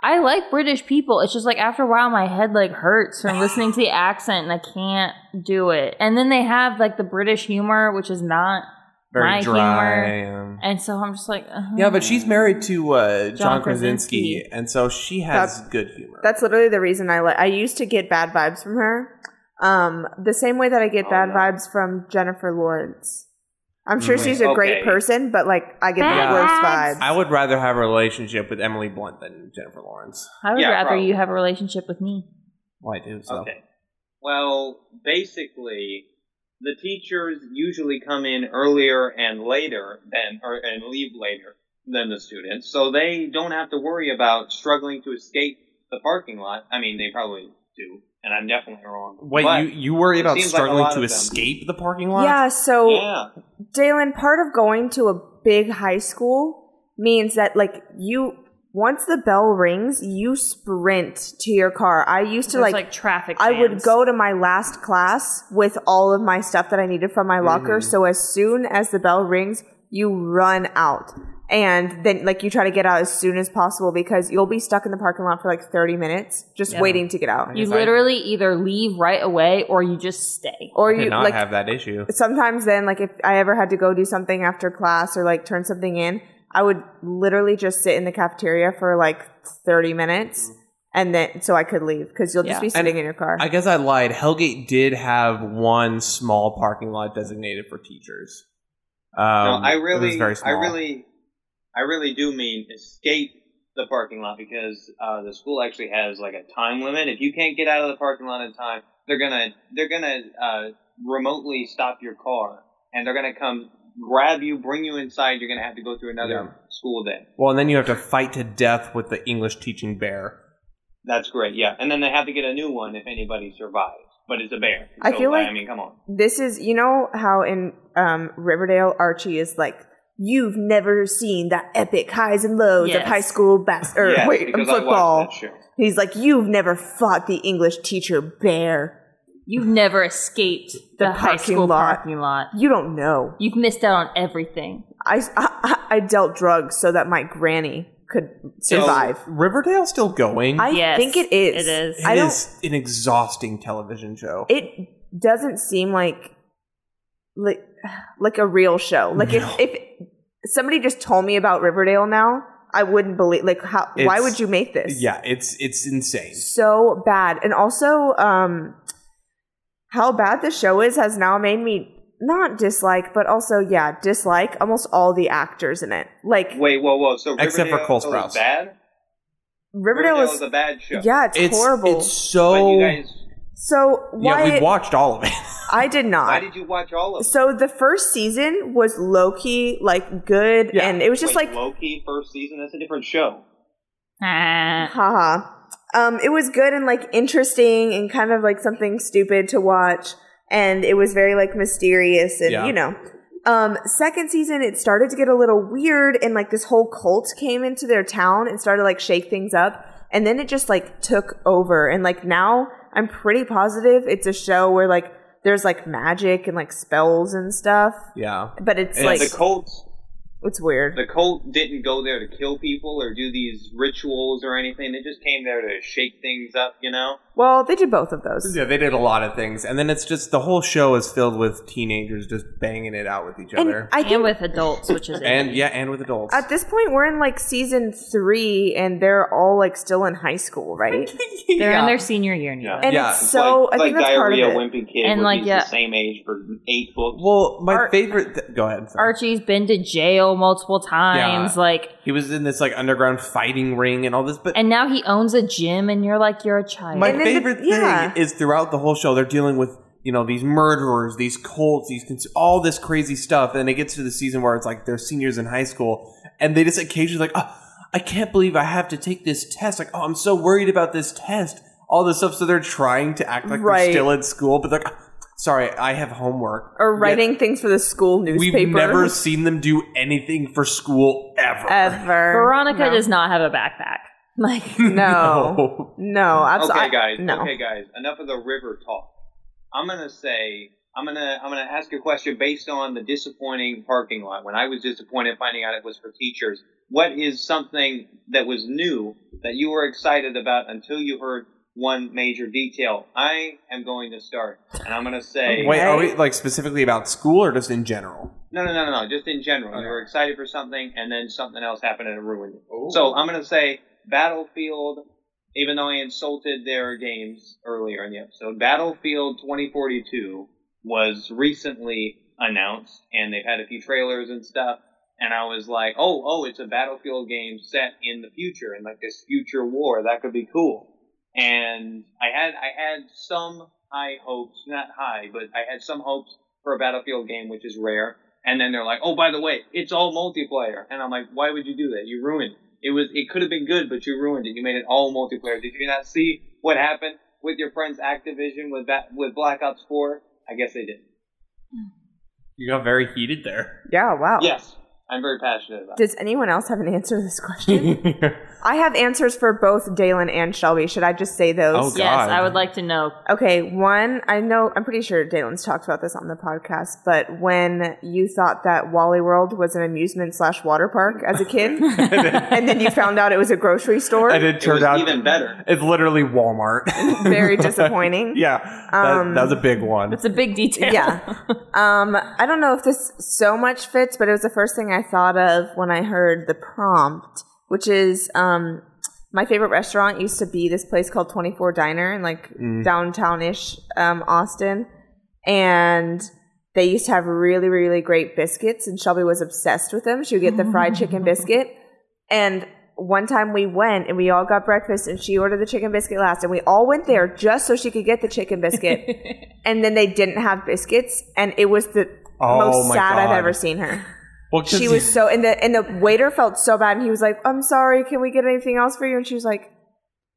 Speaker 4: I like British people. It's just like after a while, my head like hurts from listening to the accent, and I can't do it. And then they have like the British humor, which is not,
Speaker 3: Very
Speaker 4: my
Speaker 3: dry. and-
Speaker 4: and so I'm just like, uh
Speaker 3: Yeah, but she's married to uh, John, Krasinski,
Speaker 4: Krasinski.
Speaker 3: and so she has good humor.
Speaker 2: That's literally the reason I like. I used to get bad vibes from her, um, the same way that I get
Speaker 1: Oh,
Speaker 2: bad
Speaker 1: no. Mm-hmm.
Speaker 2: vibes from Jennifer Lawrence. I'm sure
Speaker 3: Mm.
Speaker 2: she's a great
Speaker 1: Okay.
Speaker 2: person, but like I get
Speaker 4: Bad
Speaker 2: the worst
Speaker 4: vibes.
Speaker 2: vibes.
Speaker 3: I would rather have a relationship with Emily Blunt than Jennifer Lawrence.
Speaker 4: I would
Speaker 1: Yeah,
Speaker 4: rather
Speaker 1: probably.
Speaker 4: you have a relationship with me.
Speaker 3: Well, I do. So.
Speaker 1: Okay. Well, basically, the teachers usually come in earlier and later than, or, and leave later than the students, so they don't have to worry about struggling to escape the parking lot. I mean, they probably do, and I'm definitely wrong.
Speaker 3: Wait,
Speaker 1: But-
Speaker 3: you, you worry
Speaker 1: it
Speaker 3: about
Speaker 1: seems like a
Speaker 3: struggling
Speaker 1: lot
Speaker 3: to
Speaker 1: of them-
Speaker 3: escape the parking lot?
Speaker 2: yeah. So
Speaker 1: yeah,
Speaker 2: Dalen, part of going to a big high school means that like you once the bell rings, you sprint to your car. I used to
Speaker 4: There's,
Speaker 2: like,
Speaker 4: like traffic.
Speaker 2: I would
Speaker 4: jams.
Speaker 2: go to my last class with all of my stuff that I needed from my locker.
Speaker 3: Mhm.
Speaker 2: So as soon as the bell rings, you run out. And then like you try to get out as soon as possible because you'll be stuck in the parking lot for like 30 minutes just
Speaker 4: Yeah.
Speaker 2: waiting to get out.
Speaker 4: You
Speaker 3: Yes, I-
Speaker 4: literally either leave right away or you just stay.
Speaker 2: Or
Speaker 3: I did
Speaker 2: you
Speaker 3: not
Speaker 2: like
Speaker 3: have that issue.
Speaker 2: sometimes then like if I ever had to go do something after class or like turn something in, I would literally just sit in the cafeteria for like 30 minutes and then so I could leave because you'll
Speaker 4: Yeah.
Speaker 2: just be
Speaker 3: Mm-hmm. And
Speaker 2: sitting in your car.
Speaker 3: I guess I lied. Hellgate did have one small parking lot designated for teachers. Um,
Speaker 1: no, I
Speaker 3: it was
Speaker 1: really,
Speaker 3: very
Speaker 1: I
Speaker 3: small.
Speaker 1: really, I really do mean escape the parking lot because uh, the school actually has like a time limit. If you can't get out of the parking lot in time, they're gonna they're gonna uh, remotely stop your car and they're gonna come grab you, bring you inside. You're gonna have to go through another
Speaker 3: Yeah.
Speaker 1: school day.
Speaker 3: Well, and then you have to fight to death with the English teaching bear.
Speaker 1: That's great, yeah. And then they have to get a new one if anybody survives. But it's a bear.
Speaker 2: I
Speaker 1: So,
Speaker 2: feel like-
Speaker 1: I mean, come on.
Speaker 2: this is you know how in um, Riverdale Archie is like you've never seen the epic highs and lows of
Speaker 4: Yes.
Speaker 2: high school bas- or
Speaker 1: Yes,
Speaker 2: er, wait
Speaker 1: because I watched
Speaker 2: football.
Speaker 1: that show.
Speaker 2: He's like you've never fought the English teacher bear.
Speaker 4: You've never escaped the,
Speaker 2: The
Speaker 4: high
Speaker 2: parking
Speaker 4: school
Speaker 2: lot.
Speaker 4: parking lot.
Speaker 2: You don't know.
Speaker 4: You've missed out on everything.
Speaker 2: I, I- I, I dealt drugs so that my granny could survive.
Speaker 3: Riverdale still going?
Speaker 2: I
Speaker 4: Yes,
Speaker 2: think it is.
Speaker 4: it is.
Speaker 3: It
Speaker 2: I don't.
Speaker 3: is an exhausting television show.
Speaker 2: It doesn't seem like like like a real show. Like
Speaker 3: No.
Speaker 2: if if somebody just told me about Riverdale now, I wouldn't believe. Like how? why
Speaker 3: It's-
Speaker 2: would you make this?
Speaker 3: yeah, it's it's insane.
Speaker 2: so bad. And also, um, how bad the show is has now made me not dislike, but also, yeah, dislike almost all the actors in it. Like
Speaker 1: Wait, whoa, whoa. So
Speaker 3: Except for
Speaker 1: Riverdale
Speaker 3: Cole
Speaker 1: is
Speaker 3: Sprouse.
Speaker 1: bad.
Speaker 2: Riverdale,
Speaker 1: Riverdale
Speaker 2: is,
Speaker 1: is a bad show.
Speaker 2: yeah, it's,
Speaker 3: It's
Speaker 2: horrible.
Speaker 1: But
Speaker 3: It's so.
Speaker 1: you guys,
Speaker 2: so
Speaker 3: yeah,
Speaker 2: why
Speaker 3: we've watched all of it.
Speaker 2: I did
Speaker 1: why
Speaker 2: not.
Speaker 1: did you watch all of? it?
Speaker 2: so the first season was low key, like good,
Speaker 3: Yeah.
Speaker 2: and it was just
Speaker 1: Wait,
Speaker 2: like
Speaker 1: Loki first season. That's a different show.
Speaker 4: Ah.
Speaker 2: haha. Um, it was good and like interesting and kind of like something stupid to watch, and it was very like mysterious and
Speaker 3: Yeah.
Speaker 2: you know. Um, second season, it started to get a little weird, and like this whole cult came into their town and started like shake things up, and then it just like took over, and like now I'm pretty positive it's a show where like there's like magic and like spells and stuff,
Speaker 3: yeah.
Speaker 2: but it's
Speaker 3: And
Speaker 2: like
Speaker 1: the Colts,
Speaker 2: it's weird.
Speaker 1: the cult didn't go there to kill people or do these rituals or anything. They just came there to shake things up, you know.
Speaker 2: Well, they did both of those.
Speaker 3: Yeah, they did a lot of things, and then it's just the whole show is filled with teenagers just banging it out with each
Speaker 2: And
Speaker 3: other,
Speaker 2: I think
Speaker 4: And with adults, which is
Speaker 3: and
Speaker 4: iffy.
Speaker 3: yeah, and with adults.
Speaker 2: At this point, we're in like season three, and they're all like still in high school, right?
Speaker 4: they're
Speaker 3: Yeah.
Speaker 4: in their senior year now.
Speaker 1: Yeah.
Speaker 2: And
Speaker 3: Yeah,
Speaker 2: it's so
Speaker 1: like,
Speaker 2: I think
Speaker 1: like
Speaker 2: that's part of
Speaker 1: diarrhea
Speaker 2: it.
Speaker 1: wimpy kid,
Speaker 4: And,
Speaker 1: and
Speaker 4: like,
Speaker 1: like
Speaker 4: yeah.
Speaker 1: the same age for eight books.
Speaker 3: Well, my
Speaker 4: Ar-
Speaker 3: favorite. Th- go ahead. sorry.
Speaker 4: Archie's been to jail multiple times, like,
Speaker 3: He was in this like underground fighting ring and all this, but
Speaker 4: and now he owns a gym, and you're like, you're a child.
Speaker 3: my
Speaker 2: And then the-
Speaker 3: favorite thing
Speaker 2: yeah.
Speaker 3: is throughout the whole show they're dealing with you know these murderers, these cults, these cons- all this crazy stuff, and it gets to the season where it's like they're seniors in high school, and they just occasionally like, oh, I can't believe I have to take this test. Like, oh, I'm so worried about this test. All this stuff, so they're trying to act like
Speaker 2: Right.
Speaker 3: they're still in school, but they're like, "Ah, sorry, I have homework.
Speaker 2: Or
Speaker 3: Yet
Speaker 2: writing things for the school newspaper.
Speaker 3: We've never seen them do anything for school ever.
Speaker 2: ever.
Speaker 4: Veronica
Speaker 2: no.
Speaker 4: does not have a backpack. Like,
Speaker 2: no, no, absolutely.
Speaker 1: okay, guys.
Speaker 2: no.
Speaker 1: Okay, guys. Enough of the river talk. I'm gonna say I'm gonna I'm gonna ask a question based on the disappointing parking lot. When I was disappointed finding out it was for teachers, what is something that was new that you were excited about until you heard one major detail? I am going to start, and I'm gonna say
Speaker 3: Wait, are we like specifically about school or just in general?
Speaker 1: no, no, no, no, no. Just in general, you were excited for something, and then something else happened and it ruined it. So I'm gonna say Battlefield. Even though I insulted their games earlier in the episode, Battlefield 2042 was recently announced, and they've had a few trailers and stuff. And I was like, oh, oh, it's a Battlefield game set in the future, in like this future war. That could be cool. And I had I had some high hopes, not high, but I had some hopes for a Battlefield game, which is rare. And then they're like, oh, by the way, it's all multiplayer. And I'm like, why would you do that? You ruined it. It was it could have been good, but you ruined it. You made it all multiplayer. Did you not see what happened with your friends Activision with that with Black Ops 4? I guess they did.
Speaker 3: You got very heated there.
Speaker 2: Yeah, wow.
Speaker 1: Yes, I'm very passionate about. it.
Speaker 2: Does anyone else have an answer to this question? I have answers for both Dalen and Shelby. Should I just say those?
Speaker 3: Oh,
Speaker 4: yes,
Speaker 3: God.
Speaker 4: I would like to know.
Speaker 2: Okay, one, I know, I'm pretty sure Dalen's talked about this on the podcast, but when you thought that Wally World was an amusement slash water park as a kid, and then you found out it was a grocery store,
Speaker 3: and it
Speaker 1: It was
Speaker 3: turned out
Speaker 1: even better.
Speaker 3: It's literally Walmart.
Speaker 2: very disappointing.
Speaker 3: yeah, that,
Speaker 2: Um,
Speaker 3: that was a big one.
Speaker 4: It's a big detail.
Speaker 2: Yeah. Um, I don't know if this so much fits, but it was the first thing I thought of when I heard the prompt, which is um, my favorite restaurant used to be this place called 24 Diner in like
Speaker 3: Mm.
Speaker 2: downtown ish um, Austin. And they used to have really, really great biscuits, and Shelby was obsessed with them. She would get the fried chicken biscuit. And one time we went and we all got breakfast, and she ordered the chicken biscuit last, and we all went there just so she could get the chicken biscuit. and then they didn't have biscuits, and it was the
Speaker 3: Oh
Speaker 2: most
Speaker 3: my
Speaker 2: sad I've
Speaker 3: God.
Speaker 2: ever seen her.
Speaker 3: well, 'cause
Speaker 2: She was so, and the and the waiter felt so bad, and he was like, "I'm sorry, can we get anything else for you?" And she was like,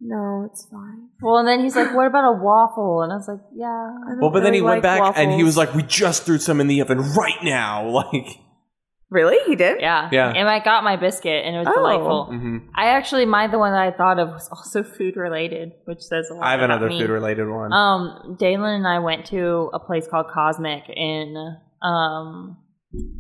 Speaker 2: "No, it's fine."
Speaker 4: Well, and then he's like, "What about a waffle?" And I was like,
Speaker 2: I
Speaker 4: "Yeah."
Speaker 2: don't
Speaker 3: Well, but then
Speaker 2: really
Speaker 3: he went
Speaker 2: like
Speaker 3: back and he
Speaker 2: waffles."
Speaker 3: was like, "We just threw some in the oven right now." Like,
Speaker 2: Really? You did?
Speaker 4: Yeah.
Speaker 3: Yeah.
Speaker 4: And I got my biscuit and it was
Speaker 2: Oh.
Speaker 4: delightful.
Speaker 3: hmm
Speaker 4: I actually, my, the one that I thought of was also food related, which says a lot.
Speaker 3: I have
Speaker 4: about
Speaker 3: another
Speaker 4: me.
Speaker 3: food related one.
Speaker 4: Um, Dalen and I went to a place called Cosmic in um,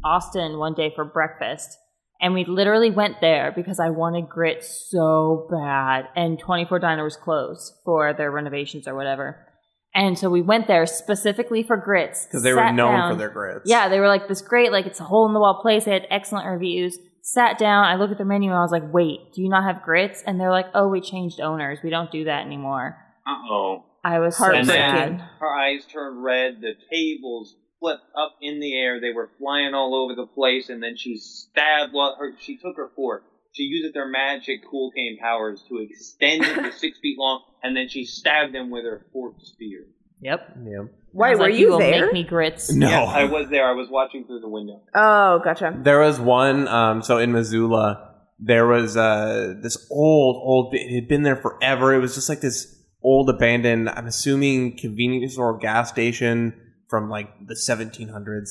Speaker 4: Austin one day for breakfast. And we literally went there because I wanted grit so bad. And 24 Diner was closed for their renovations or whatever. And so we went there specifically for grits.
Speaker 3: because they were
Speaker 4: sat
Speaker 3: known
Speaker 4: down.
Speaker 3: for their grits.
Speaker 4: Yeah, they were like this great, like it's a hole in the wall place. They had excellent reviews. Sat down, I looked at their menu and I was like, wait, do you not have grits? And they're like, oh, we changed owners. We don't do that anymore.
Speaker 1: Uh oh.
Speaker 4: I was so
Speaker 1: Heartbreaking.
Speaker 4: sad.
Speaker 1: Her eyes turned red. The tables flipped up in the air. They were flying all over the place. And then she stabbed. Well, her, she took her fork. She used their magic cool cane powers to extend it to six feet long, and then she stabbed them with her forked spear.
Speaker 4: Yep.
Speaker 3: Yeah.
Speaker 4: I
Speaker 2: Why
Speaker 4: was
Speaker 2: were
Speaker 4: like,
Speaker 2: you
Speaker 4: will
Speaker 2: there?
Speaker 4: Make me grits.
Speaker 3: No.
Speaker 1: Yes, I was there. I was watching through the window.
Speaker 2: oh, gotcha.
Speaker 3: There was one. Um, so in Missoula, there was uh, this old, old. It had been there forever. It was just like this old abandoned. I'm assuming convenience store, gas station from like the 1700s,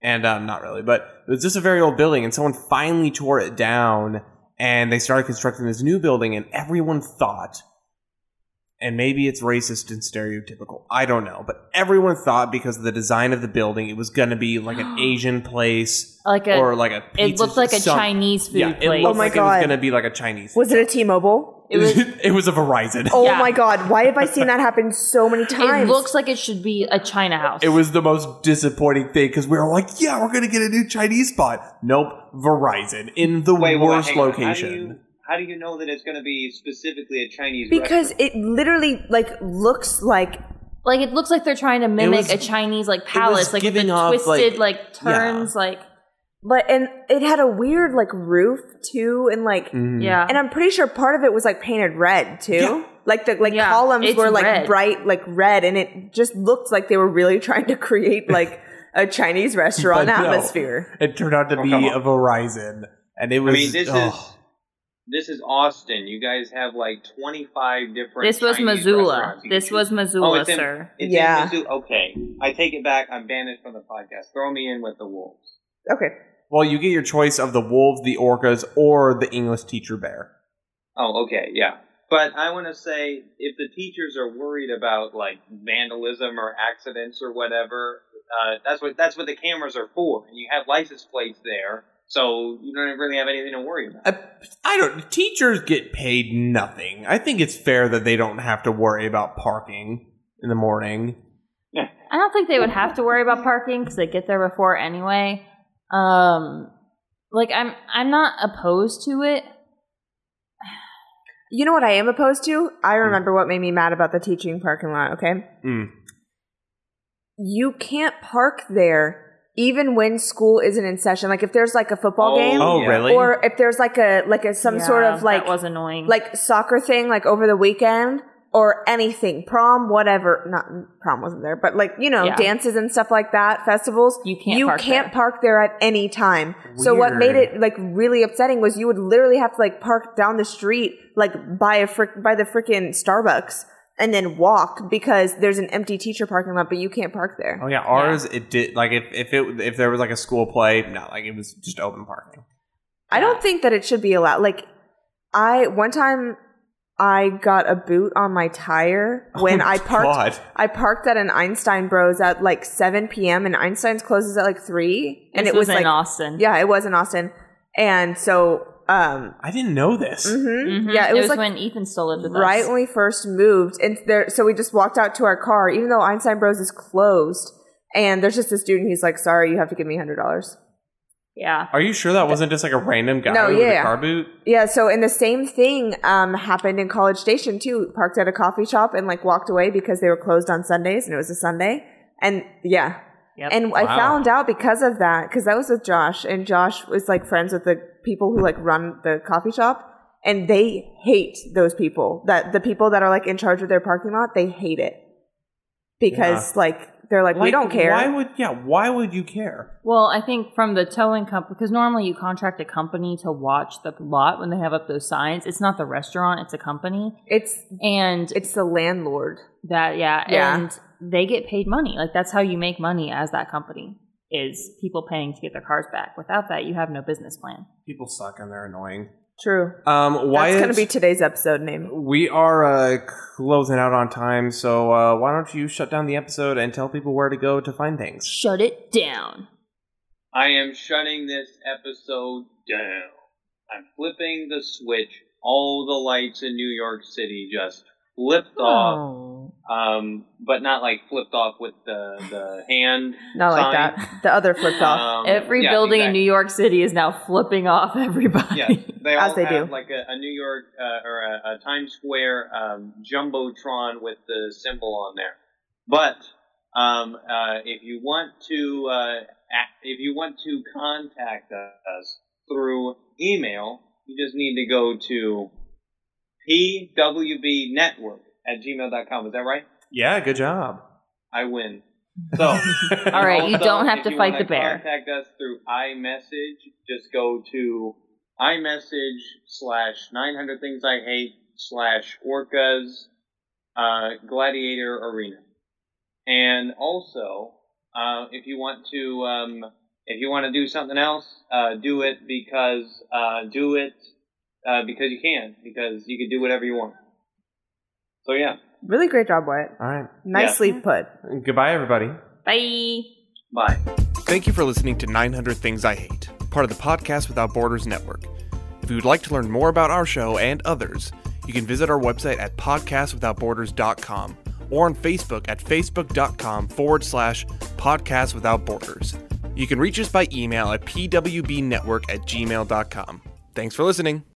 Speaker 3: and um, not really, but it was just a very old building. And someone finally tore it down, and they started constructing this new building. And everyone thought. And maybe it's racist and stereotypical. I don't know. But everyone thought because of the design of the building, it was going to be like an Asian place
Speaker 4: Like a,
Speaker 3: or like a
Speaker 4: it
Speaker 3: pizza
Speaker 4: looked like a
Speaker 3: some-
Speaker 4: Chinese food
Speaker 3: yeah, it
Speaker 4: place.
Speaker 3: looked
Speaker 2: Oh my
Speaker 3: like it
Speaker 2: God.
Speaker 3: was gonna be like a Chinese.
Speaker 2: Was it a T-Mobile?
Speaker 4: It was-
Speaker 3: it was a Verizon.
Speaker 2: Oh
Speaker 4: Yeah.
Speaker 2: my god, why have I seen that happen so many
Speaker 4: It
Speaker 2: times?
Speaker 4: looks like it should be a China house.
Speaker 3: It was the most disappointing thing because we were like, "Yeah, we're gonna get a new Chinese spot." Nope, Verizon in the
Speaker 1: Wait, wait, wait,
Speaker 3: worst
Speaker 1: hang on. How do, you,
Speaker 3: location.
Speaker 1: how do you know that it's going to be specifically a Chinese?
Speaker 2: because
Speaker 1: restaurant?
Speaker 2: it literally like looks like
Speaker 4: like it looks like they're trying to mimic
Speaker 3: was-
Speaker 4: a Chinese like palace, like with the
Speaker 3: giving off,
Speaker 4: twisted
Speaker 3: like-
Speaker 4: like, turns, like
Speaker 2: but and it had a weird like roof too and like
Speaker 3: Mhm.
Speaker 4: yeah.
Speaker 2: and I'm pretty sure part of it was like painted red too.
Speaker 3: Yeah.
Speaker 2: Like the like
Speaker 4: Yeah,
Speaker 2: columns
Speaker 4: it's
Speaker 2: were like
Speaker 4: red.
Speaker 2: bright like red and it just looked like they were really trying to create like a Chinese restaurant
Speaker 3: But no.
Speaker 2: atmosphere.
Speaker 3: it turned out to
Speaker 1: Oh,
Speaker 3: be
Speaker 1: come on.
Speaker 3: a Verizon, and it
Speaker 1: I
Speaker 3: was. oh.
Speaker 1: mean, this
Speaker 3: ugh.
Speaker 1: is this is Austin. You guys have like twenty five different.
Speaker 4: this was
Speaker 1: Chinese
Speaker 4: Missoula.
Speaker 1: restaurants you can
Speaker 4: This
Speaker 1: choose
Speaker 4: was Missoula,
Speaker 1: it's in-
Speaker 4: sir.
Speaker 1: It's
Speaker 2: Yeah.
Speaker 1: in Mizzou- Okay. I take it back. I'm banished from the podcast. Throw me in with the wolves.
Speaker 2: Okay.
Speaker 3: Well, you get your choice of the wolves, the orcas, or the English teacher bear.
Speaker 1: Oh, okay. Yeah. But I want to say if the teachers are worried about like vandalism or accidents or whatever, uh, that's what that's what the cameras are for. And you have license plates there, so you don't really have anything to worry about.
Speaker 3: I, I don't. Teachers get paid nothing. I think it's fair that they don't have to worry about parking in the morning.
Speaker 4: I don't think they would have to worry about parking because they get there before anyway. Um, like I'm, I'm not opposed to it.
Speaker 2: You know what I am opposed to? I
Speaker 3: Hmm.
Speaker 2: remember what made me mad about the teaching parking lot, okay?
Speaker 3: Mm.
Speaker 2: You can't park there even when school isn't in session. Like if there's like a football game
Speaker 3: Oh,
Speaker 1: Yeah.
Speaker 3: really?
Speaker 2: or if there's like a like a some
Speaker 4: Yeah,
Speaker 2: sort of like
Speaker 4: that was annoying.
Speaker 2: like soccer thing like over the weekend or anything prom whatever not prom wasn't there but like you know
Speaker 4: Yeah.
Speaker 2: dances and stuff like that festivals
Speaker 4: You can't
Speaker 2: you
Speaker 4: park
Speaker 2: can't
Speaker 4: there.
Speaker 2: park there at any time so what made
Speaker 3: Weird.
Speaker 2: it like really upsetting was you would literally have to like park down the street like by a frick by the freaking starbucks and then walk because there's an empty teacher parking lot but you can't park there
Speaker 3: oh yeah, ours it did like if if it if there was like a school play, no, like it was just open parking.
Speaker 2: I don't think that it should be allowed. Like, I one time I got a boot on my tire when
Speaker 3: Oh,
Speaker 2: I parked.
Speaker 3: God.
Speaker 2: I parked at an Einstein Bros at like 7 p.m. and Einstein's closes at like three, and
Speaker 4: This
Speaker 2: it was,
Speaker 4: in
Speaker 2: like
Speaker 4: Austin.
Speaker 2: yeah, it was in Austin, and so um,
Speaker 3: I didn't know this.
Speaker 2: mhm.
Speaker 4: Mhm.
Speaker 2: yeah, it, was, like
Speaker 4: when Ethan still lived with us.
Speaker 2: right when we first moved and there so we just walked out to our car even though einstein bros is closed and there's just this dude and he's like sorry you have to give me $100
Speaker 4: Yeah.
Speaker 3: Are you sure that wasn't just like a random guy
Speaker 2: No,
Speaker 3: with
Speaker 2: yeah.
Speaker 3: a car boot?
Speaker 2: Yeah, so and the same thing um, happened in College Station too. Parked at a coffee shop and like walked away because they were closed on Sundays and it was a Sunday. And yeah,
Speaker 4: Yep.
Speaker 2: and I
Speaker 3: Wow.
Speaker 2: found out because of that because I was with Josh and Josh was like friends with the people who like run the coffee shop and they hate those people. That the people that are like in charge of their parking lot, they hate it because like they're like, we
Speaker 3: Like,
Speaker 2: don't care.
Speaker 3: Why would yeah? Why would you care?
Speaker 4: well, I think from the towing company, because normally you contract a company to watch the lot when they have up those signs. It's not the restaurant; it's a company,
Speaker 2: it's
Speaker 4: and
Speaker 2: it's the landlord.
Speaker 4: that yeah,
Speaker 2: Yeah.
Speaker 4: and they get paid money. Like that's how you make money as that company. is people paying to get their cars back. Without that, you have no business plan.
Speaker 3: People suck and they're annoying.
Speaker 2: True.
Speaker 3: Um, Wyatt,
Speaker 2: That's going to be today's episode name.
Speaker 3: we are uh, closing out on time, so uh, why don't you shut down the episode and tell people where to go to find things?
Speaker 4: Shut it down.
Speaker 1: I am shutting this episode down. I'm flipping the switch. All the lights in New York City just flipped off.
Speaker 4: Oh.
Speaker 1: Um, but not like flipped off with the, the hand.
Speaker 2: Not like
Speaker 1: Sign.
Speaker 2: that. The other flipped off.
Speaker 3: Uh,
Speaker 1: Um,
Speaker 4: Every
Speaker 1: yeah,
Speaker 4: building in
Speaker 1: exactly.
Speaker 4: New York City is now flipping off everybody.
Speaker 1: Yes, they all
Speaker 2: As they
Speaker 1: have
Speaker 2: do.
Speaker 1: like a, a New York uh, or a, a Times Square um, jumbotron with the symbol on there. But um, uh, if you want to uh, act, if you want to contact us through email, you just need to go to pwbnetwork at gmail.com. Is that right?
Speaker 3: Yeah, good job.
Speaker 1: I win.
Speaker 3: So,
Speaker 4: All right, you
Speaker 1: Also,
Speaker 4: don't have
Speaker 1: if
Speaker 4: to
Speaker 1: you
Speaker 4: fight
Speaker 1: wanna
Speaker 4: the bear.
Speaker 1: Contact us through iMessage. Just go to iMessage slash 900 things I hate slash orcas uh, gladiator arena. And also, uh, if you want to, um, if you want to do something else, uh, do it because uh, do it uh, because you can because you can do whatever you want. So yeah,
Speaker 2: Really great job, Wyatt.
Speaker 3: all right.
Speaker 2: Nicely put.
Speaker 3: Goodbye, everybody.
Speaker 4: Bye.
Speaker 1: bye.
Speaker 3: Thank you for listening to 900 Things I Hate, part of the Podcast Without Borders Network. If you would like to learn more about our show and others, you can visit our website at podcastwithoutborders.com or on Facebook at facebook.com forward slash podcast without borders. You can reach us by email at pwbnetwork at gmail.com. Thanks for listening.